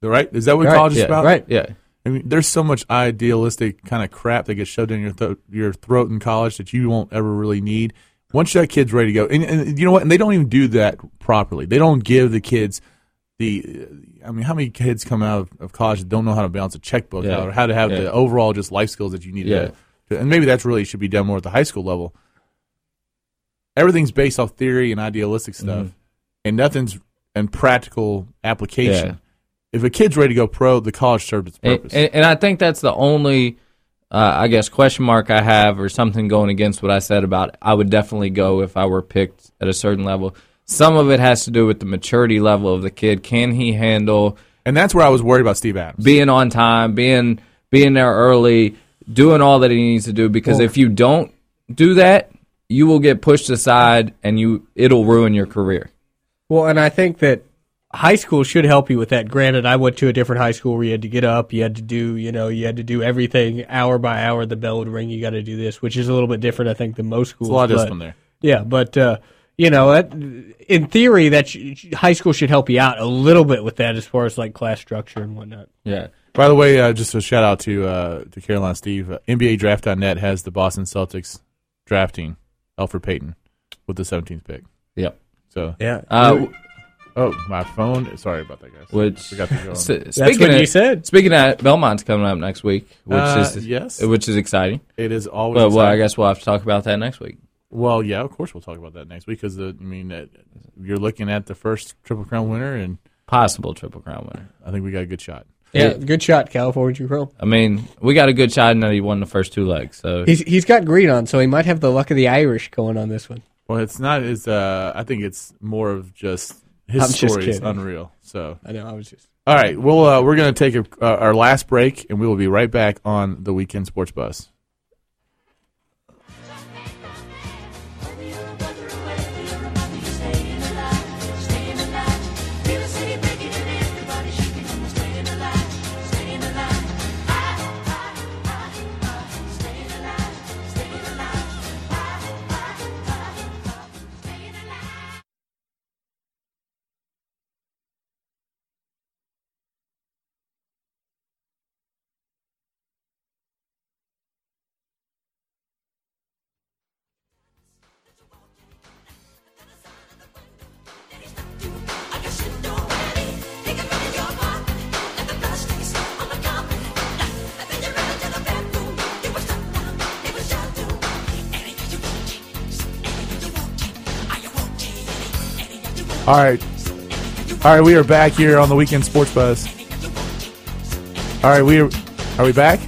S1: the right is that what
S2: Right,
S1: college is
S3: yeah,
S1: about?
S2: right.
S3: Yeah.
S1: I mean, there's so much idealistic kind of crap that gets shoved in your throat, your throat in college that you won't ever really need. Once that kid's ready to go, and, and you know what? And they don't even do that properly. They don't give the kids the. I mean, how many kids come out of, of college that don't know how to balance a checkbook
S3: Yeah.
S1: or how to have
S3: Yeah.
S1: the overall just life skills that you need?
S3: Yeah.
S1: To, and maybe that's really should be done more at the high school level. Everything's based off theory and idealistic
S3: Mm-hmm.
S1: stuff, and nothing's and practical application.
S3: Yeah.
S1: If a kid's ready to go pro, the college served its
S3: And,
S1: purpose.
S3: and, and I think that's the only, uh, I guess, question mark I have or something going against what I said about I would definitely go if I were picked at a certain level. Some of it has to do with the maturity level of the kid. Can he handle
S1: And that's where I was worried about Steve Adams.
S3: being on time, being being there early, doing all that he needs to do? Because if you don't do that, you will get pushed aside and you it'll ruin your career.
S2: Well, and I think that high school should help you with that. Granted, I went to a different high school where you had to get up, you had to do, you know, you had to do everything hour by hour. The bell would ring, you got to do this, which is a little bit different, I think, than most schools.
S1: There's a lot of
S2: but-
S1: discipline there.
S2: Yeah, but uh, you know, that, in theory, that sh- high school should help you out a little bit with that as far as like class structure and whatnot.
S3: Yeah.
S1: By the way, uh, just a shout out to uh, to Caroline Steve. Uh, NBA Draft.net has the Boston Celtics drafting Alfred Payton with the 17th pick.
S3: Yep.
S1: So,
S2: Yeah,
S3: Uh,
S1: oh, my phone. Sorry about that, guys.
S3: Which
S1: Forgot to go on.
S3: (laughs) S-
S2: what
S3: of,
S2: you said.
S3: Speaking of Belmont's coming up next week, which
S1: Uh,
S3: is
S1: yes.
S3: which is exciting.
S1: It is always.
S3: But well, I
S1: exciting.
S3: guess we'll have to talk about that next week.
S1: Well, yeah, of course we'll talk about that next week because I mean uh, you're looking at the first Triple Crown winner, and
S3: Possible triple crown winner.
S1: I think we got a good shot.
S2: Yeah, good shot, California Drew Pearl.
S3: I mean, we got a good shot, and that he won the first two legs. So
S2: He's he's got green on, so he might have the luck of the Irish going on this one.
S1: Well, it's not as. Uh, I think it's more of just his
S2: I'm just
S1: story is
S2: kidding.
S1: unreal. So
S2: I know, I was just.
S1: All right, well, uh, we're going to take a, uh, our last break, and we will be right back on the Weekend Sports Bus. All right, all right, we are back here on the Weekend Sports Bus. All right, we are, are we back?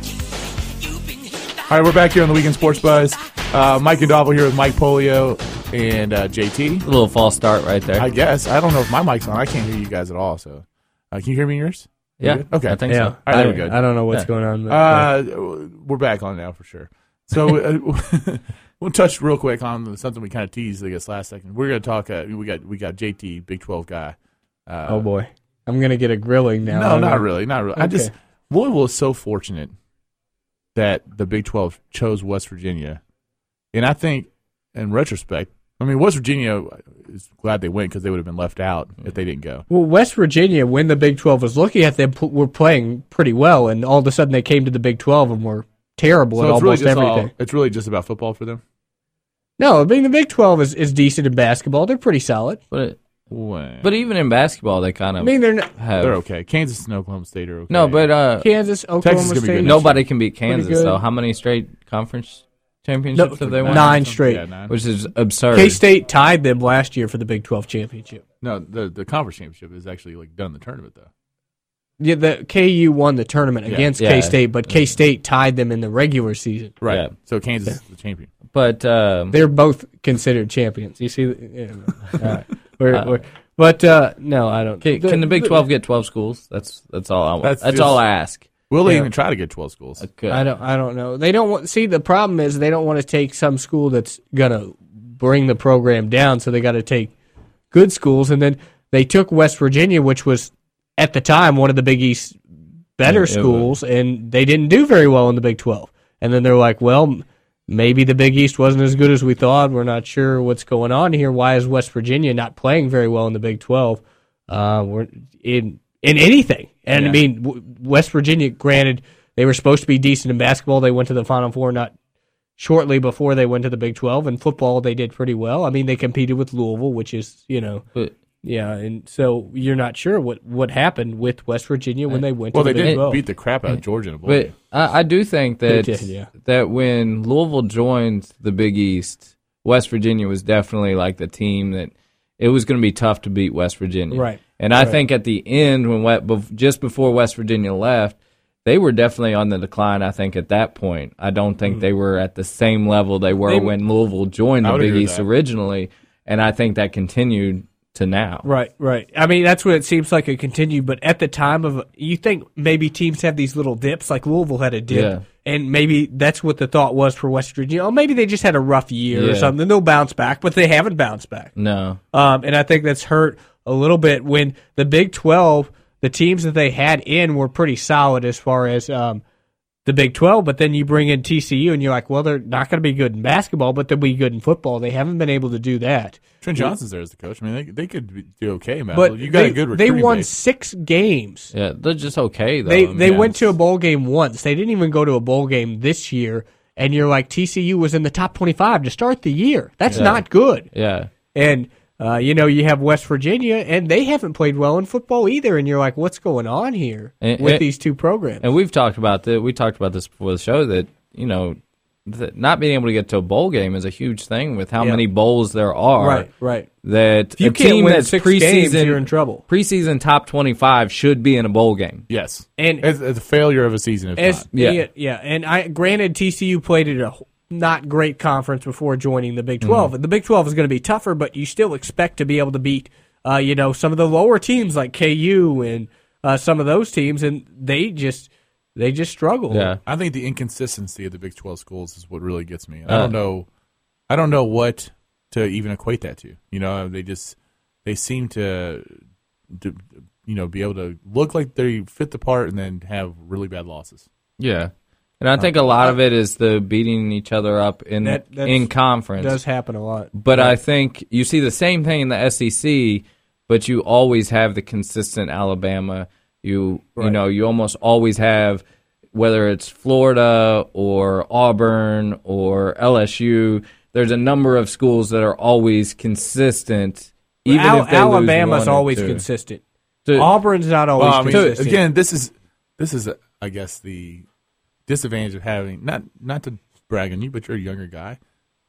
S1: All right, we're back here on the Weekend Sports Bus. Uh, Mike Godolphin here with Mike Polio and uh, JT.
S3: a little false start right there.
S1: I guess I don't know if my mic's on. I can't hear you guys at all. So, uh, can you hear me? in Yours? We
S3: yeah.
S1: good? Okay.
S3: I think
S2: Yeah,
S3: so.
S1: All right,
S2: I,
S1: there we go.
S2: I don't know what's going on. but-
S1: Uh, we're back on now for sure. So uh, (laughs) we'll touch real quick on something we kind of teased I guess last second. We're going to talk. Uh, we got we got JT Big Twelve guy. Uh,
S2: oh boy, I'm gonna get a grilling now.
S1: no,
S2: aren't I?
S1: not really, not really. I just
S2: Okay.
S1: Louisville is so fortunate that the Big Twelve chose West Virginia, and I think in retrospect, I mean West Virginia is glad they went because they would have been left out if they didn't go.
S2: Well, West Virginia, when the Big 12 was looking at them, pl- were playing pretty well, and all of a sudden they came to the Big 12 and were terrible at
S1: So it's really
S2: almost
S1: just all-
S2: everything.
S1: it's really just about football for them.
S2: No, I mean, the Big 12 is, is decent in basketball. They're pretty solid.
S3: But
S1: Wow.
S3: but even in basketball, they kind of
S2: I mean, they're not,
S3: have
S1: they're okay. Kansas and Oklahoma State are okay.
S3: no. But uh,
S2: Kansas, Oklahoma
S1: gonna be
S2: State.
S1: good next
S3: nobody can beat Kansas.
S2: good.
S3: So how many straight conference
S2: No,
S3: championships have they won?
S2: nine straight.
S1: Yeah, nine.
S3: which is absurd.
S2: K State tied them last year for the Big 12 championship.
S1: No, the the conference championship is actually like done the tournament though.
S2: Yeah, the KU won the tournament against
S3: yeah.
S2: K State, but
S1: Mm-hmm.
S2: K State tied them in the regular season.
S1: Right.
S3: Yeah.
S1: So Kansas is the champion.
S3: but um,
S2: They're both considered champions. You see, yeah, all right. We're- we're- but uh, no, I don't.
S3: Can, can the Big Twelve get twelve schools? That's that's all I want.
S1: That's
S3: That's,
S1: just-
S3: all I ask.
S1: Will they
S2: Yeah.
S1: even try to get twelve schools?
S3: Okay.
S2: I don't. I don't know. They don't want. See, the problem is they don't want to take some school that's gonna bring the program down. So they got to take good schools, and then they took West Virginia, which was at the time one of the Big East better
S3: It- it
S2: schools, and they didn't do very well in the Big 12. And then they're like, well, m- maybe the Big East wasn't as good as we thought. We're not sure what's going on here. Why is West Virginia not playing very well in the Big 12? Uh, we're in in anything. And I mean, w- West Virginia, granted, they were supposed to be decent in basketball. They went to the Final Four not shortly before they went to the Big 12. In football, they did pretty well. I mean, they competed with Louisville, which is, you know,
S3: But-
S2: yeah, and so you're not sure what, what happened with West Virginia when they went
S1: Well,
S2: to
S1: they
S2: the Big
S1: did
S2: 12.
S1: beat the crap out of Georgia in a bowl.
S3: But
S1: game.
S3: I, I do think that
S2: did, yeah.
S3: that when Louisville joined the Big East, West Virginia was definitely like the team that it was going to be tough to beat West Virginia.
S2: Right.
S3: And I think at the end, when we- bef- just before West Virginia left, they were definitely on the decline. I think at that point, I don't think they were at the same level they were when Louisville joined
S1: I
S3: the
S1: would
S3: Big
S1: agree with
S3: East
S1: that.
S3: originally, and I think that continued to now.
S2: Right, right. I mean, that's what it seems like it continued. But at the time of, you think maybe teams have these little dips, like Louisville had a dip,
S3: Yeah.
S2: and maybe that's what the thought was for West Virginia. Oh, maybe they just had a rough year
S3: Yeah.
S2: or something. They'll bounce back, but they haven't bounced back.
S3: No.
S2: Um, and I think that's hurt a little bit when the Big 12, the teams that they had in were pretty solid as far as um, the Big 12. But then you bring in TCU and you're like, well, they're not going to be good in basketball, but they'll be good in football. They haven't been able to do that.
S1: Trent Johnson's there as the coach. I mean, they, they could be- do okay, man.
S2: But
S1: you got
S2: they,
S1: a good
S2: They
S1: recruiting
S2: won
S1: base. um,
S2: six games.
S3: Yeah, they're just okay though.
S2: They
S3: I mean,
S2: they
S3: yeah,
S2: went to a
S3: it's-
S2: bowl game once. They didn't even go to a bowl game this year. And you're like TCU was in the top 25 to start the year. That's not good.
S3: yeah.
S2: And uh, you know, you have West Virginia, and they haven't played well in football either. And you're like, what's going on here
S3: And-
S2: with
S3: and-
S2: these two programs?
S3: And we've talked about that. We talked about this before the show that you know, that not being able to get to a bowl game is a huge thing with how
S2: Yeah.
S3: many bowls there are.
S2: right, right.
S3: That
S2: If you
S3: a
S2: can't
S3: team
S2: win
S3: that's
S2: six
S3: preseason,
S2: games, you're in trouble.
S3: Preseason top twenty-five should be in a bowl game.
S1: Yes,
S2: And-
S1: it's, it's a failure of a season. If
S2: As,
S1: not.
S3: Yeah.
S2: yeah. yeah, And I granted TCU played at a h- not great conference before joining the Big 12.
S3: Mm-hmm.
S2: The Big 12 is going to be tougher, but you still expect to be able to beat uh, you know some of the lower teams like KU and uh, some of those teams, and they just they just struggle.
S3: Yeah,
S1: I think the inconsistency of the Big Twelve schools is what really gets me.
S2: Uh.
S1: I don't know, I don't know what to even equate that to. You know, they just they seem to, to you know, be able to look like they fit the part and then have really bad losses.
S3: yeah. And I think a lot of it is the beating each other up in
S2: That- that's-
S3: in
S2: It
S3: conference.
S2: does happen a lot.
S3: But I think you see the same thing in the SEC, but you always have the consistent Alabama. You you know you almost always have whether it's Florida or Auburn or LSU. There's a number of schools that are always consistent. Even
S2: Al-
S3: if they lose
S2: Alabama's
S3: one or
S2: always
S3: two.
S2: consistent.
S3: To-
S2: Auburn's not always
S1: Well, I mean,
S2: consistent.
S1: Um, again, this is this is I guess the disadvantage of having not not to brag on you, but you're a younger guy.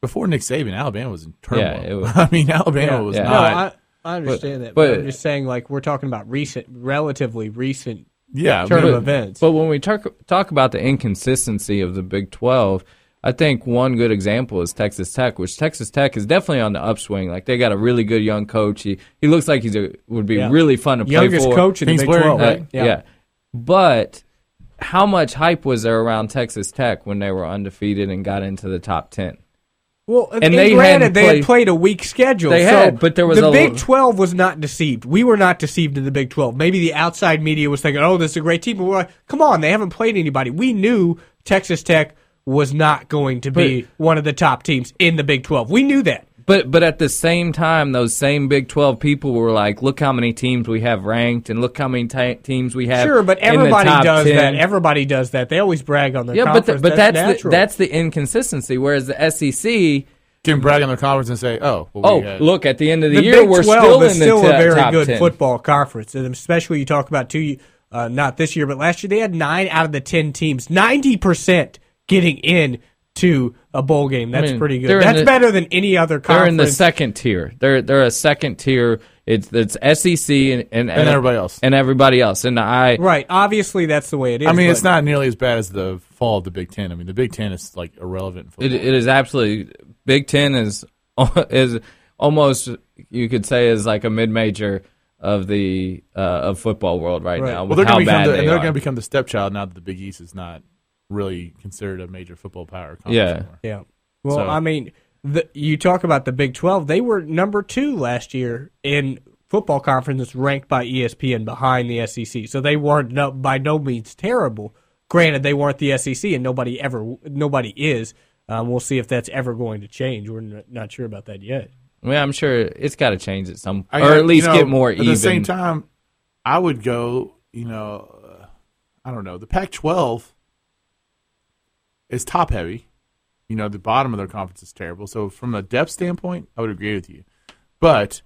S1: Before Nick Saban, Alabama was in turmoil. (laughs)
S3: Yeah, it was-
S1: I mean, Alabama was
S3: yeah.
S2: no,
S1: not.
S2: I, I understand that,
S3: but-
S2: but I'm just saying, like we're talking about recent, relatively recent
S1: yeah, I
S2: turn
S1: mean,
S2: of events.
S3: But when we talk talk about the inconsistency of the Big Twelve, I think one good example is Texas Tech, which Texas Tech is definitely on the upswing. Like they got a really good young coach. He he looks like he's a would be
S2: Yeah.
S3: really fun to play
S2: youngest
S3: for.
S2: coach in the
S1: He's
S2: Big
S1: wearing-
S2: 12.
S3: Uh,
S1: right?
S3: yeah. But how much hype was there around Texas Tech when they were undefeated and got into the top ten?
S2: Well, and,
S3: they
S2: they granted,
S3: hadn't
S2: they had
S3: played-
S2: played a weak schedule.
S3: They
S2: so
S3: had, but there was
S2: the
S3: a-
S2: Big Twelve was not deceived. We were not deceived in the Big Twelve. Maybe the outside media was thinking, "Oh, this is a great team," but we're like, "Come on, they haven't played anybody." We knew Texas Tech was not going to be one of the top teams in the Big Twelve. We knew that.
S3: But but at the same time, those same Big Twelve people were like, "Look how many teams we have ranked, and look how many ti teams we have."
S2: Sure, but
S3: in the
S2: everybody
S3: top
S2: does
S3: 10.
S2: that. Everybody does that. They always brag on their
S3: Yeah, but the,
S2: conference.
S3: but that's the,
S2: natural.
S3: that's the inconsistency. Whereas the SEC,
S1: can brag on their conference and say, "Oh, well,
S3: oh
S1: we had-
S3: look, at the end of the,
S2: the
S3: year
S2: Big
S3: we're
S2: 12
S3: still
S2: is
S3: in the
S2: still
S3: top,
S2: a very
S3: top
S2: good
S3: 10.
S2: football conference, and especially you talk about two, uh, not this year, but last year they had nine out of the ten teams, ninety percent getting in to a bowl game. That's
S3: mean,
S2: pretty
S3: they're
S2: good.
S3: in
S2: That's
S3: the-
S2: better than any other conference.
S3: They're in the second tier. They're they're a second tier. It's it's SEC and and,
S1: And everybody else.
S3: and everybody else. And I
S2: right? Obviously, that's the way it is.
S1: I mean, it's
S2: but-
S1: not nearly as bad as the fall of the Big Ten. I mean, the Big Ten is like irrelevant. In
S3: it,
S1: football.
S3: it is absolutely Big Ten is (laughs) is almost you could say is like a mid major of the uh, of football world right,
S2: Right.
S3: now.
S1: well,
S3: with
S1: they're
S3: how
S1: going to become
S3: bad
S1: the,
S3: they
S1: and they're
S3: are.
S1: going to become the stepchild now that the Big East is not really considered a major football power. Conference
S3: Yeah.
S1: anymore.
S2: Yeah. Well,
S1: So-
S2: I mean, the, you talk about the Big 12. They were number two last year in football conference that's ranked by E ESPN behind the SEC. So they weren't no, by no means terrible. Granted, they weren't the SEC, and nobody ever nobody is. Um, we'll see if that's ever going to change. We're n- not sure about that yet.
S3: Well, I'm sure it's got to change at some,
S1: I-
S3: or at
S1: you
S3: least
S1: know,
S3: get more
S1: At
S3: even.
S1: the same time, I would go. You know, uh, I don't know. The Pac-12 is top heavy. You know, the bottom of their conference is terrible. So from a depth standpoint, I would agree with you. But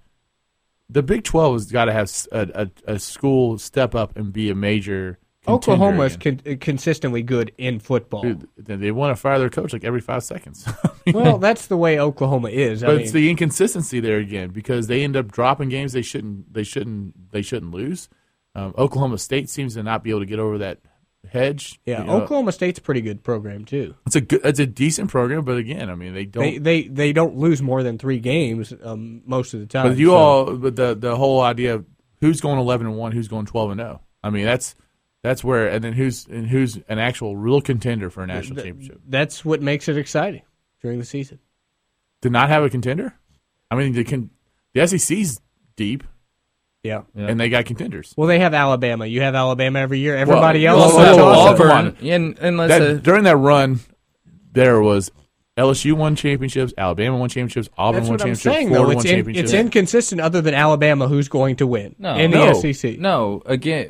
S1: the Big 12 has got to have s- a, a, a school step up and be a major. contender
S2: Oklahoma is
S1: again.
S2: con- consistently good in football.
S1: Dude, they they want to fire their coach like every five seconds. (laughs)
S2: well, that's the way Oklahoma is. I
S1: but
S2: mean,
S1: it's the inconsistency there again because they end up dropping games they shouldn't they shouldn't they shouldn't lose. Um, Oklahoma State seems to not be able to get over that hedge.
S2: yeah,
S1: You know,
S2: Oklahoma State's a pretty good program too.
S1: It's a good, it's a decent program, but again, I mean they don't.
S2: They they they don't lose more than three games um, most of the time.
S1: but you
S2: so-
S1: all, but the the whole idea of who's going eleven and one, who's going twelve and zero. I mean that's that's where, and then who's and who's an actual real contender for a national championship?
S2: that's what makes it exciting during the season.
S1: To not have a contender, I mean the can the SEC's deep,
S2: Yeah.
S3: Yeah.
S1: and they got contenders.
S2: Well, they have Alabama. You have Alabama every year. Everybody
S1: Well,
S2: else.
S1: also
S2: is
S1: have
S2: awesome.
S1: Auburn.
S3: Auburn, and, and let's
S1: that,
S3: uh,
S1: during that run, there was LSU won championships, Alabama won championships, Auburn
S2: That's
S1: won
S2: what I'm
S1: championships,
S2: saying,
S1: Florida won
S2: though. It's, in,
S1: championships.
S2: it's inconsistent other than Alabama, who's going to win
S3: No.
S2: in the E
S1: No.
S2: SEC.
S3: no again.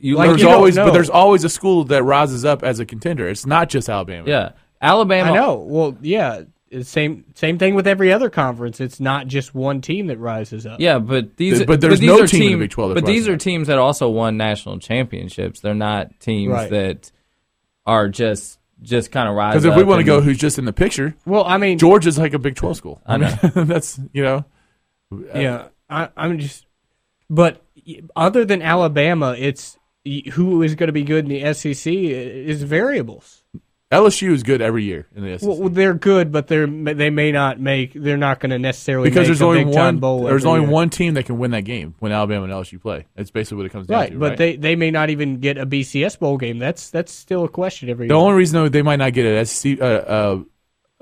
S3: You
S2: Like,
S3: lose
S1: there's
S2: you don't
S1: always, but
S2: know.
S1: there's always a school that rises up as a contender. It's not just Alabama.
S3: Yeah, Alabama.
S2: I know. Well, yeah. it's Same same thing with every other conference. It's not just one team that rises up.
S3: Yeah, but these
S1: But there's
S3: these
S1: no
S3: are
S1: team in the
S3: team-
S1: Big 12 that's
S3: But these
S1: rising
S3: are
S1: up.
S3: teams that also won national championships. They're not teams
S2: Right.
S3: that are just just kind of rising.
S1: because if we
S3: up
S1: want to go,
S3: and- (laughs)
S1: who's just in the picture?
S2: Well, I mean,
S1: Georgia's like a Big Twelve school. I know. (laughs) that's you know.
S2: yeah. I, I'm just. But y- other than Alabama, it's y- who is going to be good in the SEC i- is variables.
S1: LSU is good every year in the SEC
S2: Well, well, they're good, but they're they may not make. They're not going to necessarily
S1: because
S2: make
S1: there's
S2: a
S1: only
S2: big time
S1: one
S2: bowl.
S1: there's
S2: every
S1: only
S2: year.
S1: one team that can win that game when Alabama and LSU play. That's basically what it comes down
S2: right,
S1: to.
S2: but
S1: right?
S2: they they may not even get a BCS bowl game. That's that's still a question every
S1: The
S2: year.
S1: only reason though they might not get an SEC, uh, uh,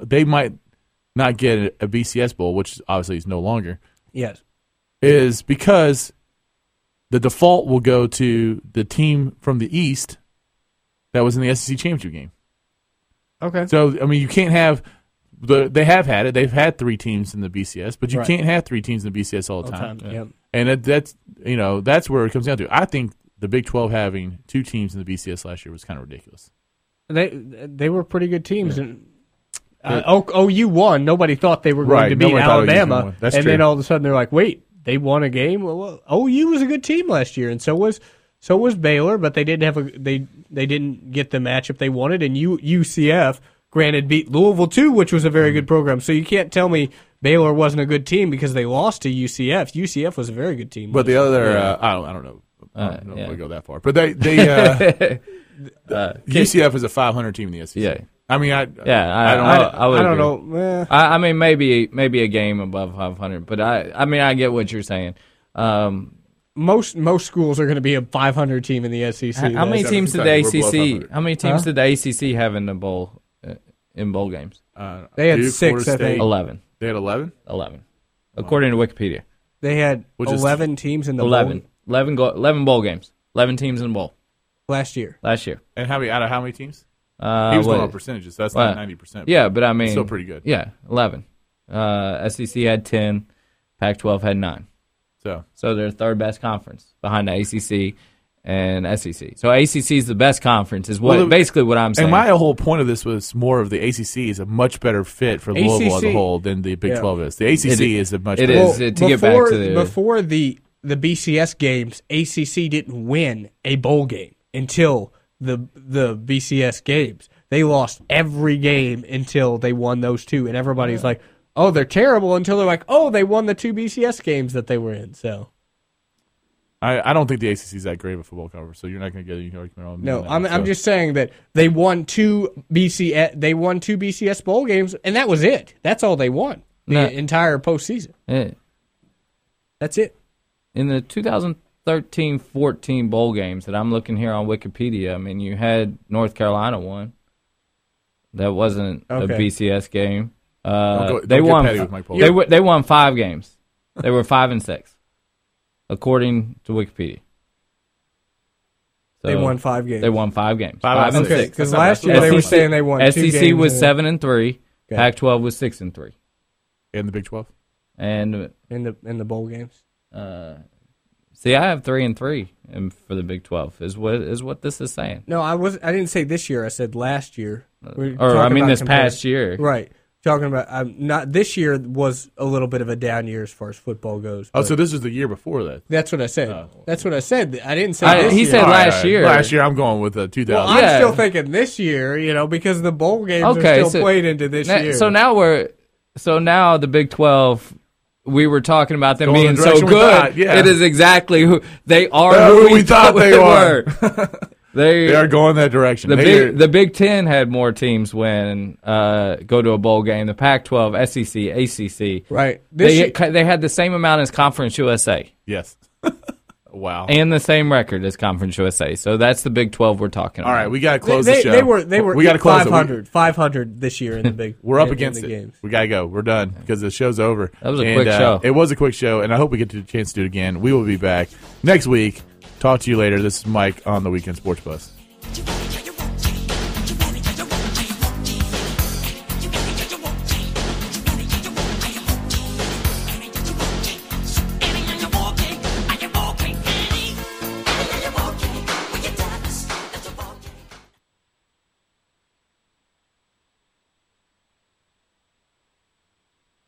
S1: they might not get a BCS bowl, which obviously is no longer,
S2: Yes,
S1: is because the default will go to the team from the East that was in the SEC championship game.
S2: okay,
S1: So I mean, you can't have the they have had it. They've had three teams in the BCS, but you
S2: Right.
S1: can't have three teams in the BCS all the time.
S2: time, yep.
S1: And that, that's you know that's where it comes down to. I think the Big Twelve having two teams in the BCS last year was kind of ridiculous.
S2: they they were pretty good teams and. Uh, o, OU won. Nobody thought they were going
S1: Right,
S2: to beat
S1: nobody thought OU was gonna
S2: Alabama,
S1: win. That's
S2: and then
S1: true.
S2: all of a sudden they're like, "Wait, they won a game." Well, well, OU was a good team last year, and so was so was Baylor, but they didn't have a they they didn't get the matchup they wanted. And U, UCF, granted, beat Louisville too, which was a very good program. So you can't tell me Baylor wasn't a good team because they lost to UCF. UCF was a very good team.
S1: But the other, uh, I don't, I don't know. I don't,
S3: Uh,
S1: want
S3: yeah.
S1: to go that far. But they, they
S3: (laughs)
S1: uh, (laughs) UCF is a 500 team in the SEC.
S3: Yeah.
S1: I mean, I,
S3: Yeah, I,
S1: I don't
S3: I,
S1: know.
S3: I, would
S2: I don't
S3: agree.
S2: know. Eh.
S3: I, I mean, maybe maybe a game above 500, but I I mean I get what you're saying. Um,
S2: most most schools are going to be a 500 team in the E SEC.
S3: how many
S1: that's-
S3: teams did
S1: that's- we're below
S3: the
S1: 500.
S3: ACC? How many teams did the ACC have in the bowl uh, in bowl games?
S1: uh,
S2: They had
S1: Duke,
S2: six,
S1: Florida
S2: I think.
S1: State.
S3: Eleven.
S1: They had 11.
S3: 11 according to Wikipedia.
S2: They had
S1: Which is-
S2: 11 teams in the
S3: 11.
S2: bowl
S3: 11, go- 11 bowl games. 11 teams in the bowl
S2: last year.
S3: last year.
S1: And how many out of how many teams?
S3: Uh,
S1: he was going
S3: what-
S1: on percentages. So that's
S3: what-
S1: not 90. percent
S3: Yeah, but I mean,
S1: still pretty good.
S3: Yeah, eleven. Uh, SEC had ten. Pac-12 had nine.
S1: So
S3: So they're third best conference behind the ACC and SEC. So ACC is the best conference. Is what
S1: Well, the-
S3: basically what I'm saying.
S1: and my whole point of this was more of the ACC is a much better fit for Louisville as a
S2: ACC.
S1: whole than the Big
S2: Yeah.
S1: 12 is. The ACC is a much.
S3: it
S1: better
S3: is. uh, to get back
S2: before,
S3: to the-
S2: before the the BCS games, ACC didn't win a bowl game until the the BCS games. They lost every game until they won those two, and everybody's like, "Oh, they're terrible." Until they're like, "Oh, they won the two BCS games that they were in." So
S1: I, I don't think the ACC is that great of a football cover. So you're not going to get any argument on me
S2: no,
S1: on that
S2: I'm
S1: one.
S2: I'm
S1: So-
S2: just saying that they won two BCS they won two BCS bowl games, and that was it. That's all they won the
S3: No.
S2: entire postseason.
S3: Eh,
S2: That's it.
S3: in the 2013-14 bowl games that I'm looking here on Wikipedia. I mean, you had North Carolina one. That wasn't
S2: Okay.
S3: a BCS game. Uh,
S1: Don't go-
S3: they
S1: don't get
S3: won.
S1: petty with Mike Polk.
S3: they, were, they won five games. They were five and six. according to Wikipedia.
S2: They won five games.
S3: They won five games.
S6: Five out
S3: Five,
S6: of
S3: and
S2: Okay,
S3: six. E
S2: because last year
S1: E
S2: they were
S3: SEC
S2: saying they won. two
S3: SEC
S2: games
S3: was
S2: in-
S3: seven and three.
S2: Okay.
S3: Pac-12 was six and three.
S1: and the Big Twelve.
S3: And
S2: in the in the bowl games.
S3: uh, see, I have three and three and for the Big 12 is what is what this is saying.
S2: No, I was I didn't say this year. I said last year. We're
S3: Or I
S2: talking
S3: mean,
S2: about
S3: this
S2: compar-
S3: past year.
S2: Right. Talking about I'm not this year was a little bit of a down year as far as football goes.
S1: Oh,
S2: but
S1: so Oh. this is the year before that.
S2: that's what I said. that's what I said. I didn't say
S3: I-
S2: this
S3: he
S2: year.
S3: said
S1: All right,
S3: last
S1: all right.
S3: year.
S1: Last year, I'm going with uh, 2000.
S2: Well,
S3: Yeah.
S2: I'm still thinking this year, you know, because the bowl games
S3: Okay,
S2: are still
S3: so-
S2: played into this
S3: Na-
S2: year.
S3: So now we're so now the Big Twelve. We were talking about them
S1: Going in
S3: being
S1: the
S3: so
S1: direction we
S3: good.
S1: thought, yeah.
S3: It is exactly who they are.
S1: They're
S3: who, we thought, they
S1: were.
S3: were. they,
S1: they are going that direction.
S3: the
S1: They
S3: big
S1: are-
S3: the Big Ten had more teams win uh, go to a bowl game. The Pac twelve, E SEC, ACC.
S2: right. This
S3: They
S2: year,
S3: they had the same amount as Conference USA
S1: yes. (laughs) wow.
S3: and the same record as Conference USA. So that's the Big Twelve we're talking
S1: All
S3: about.
S1: right, we got to
S2: they,
S1: close
S2: they,
S1: the show.
S2: they were they were
S1: we gotta close it. We-
S2: 500, 500 this year in the big.
S1: We're up
S2: in- in
S1: against
S2: the
S1: it.
S2: games.
S1: We gotta go. We're done because the show's over.
S3: That was a
S1: And,
S3: quick
S1: uh,
S3: show.
S1: It was a quick show, and I hope we get the chance to do it again. We will be back next week. Talk to you later. This is Mike on the Weekend Sports Bus.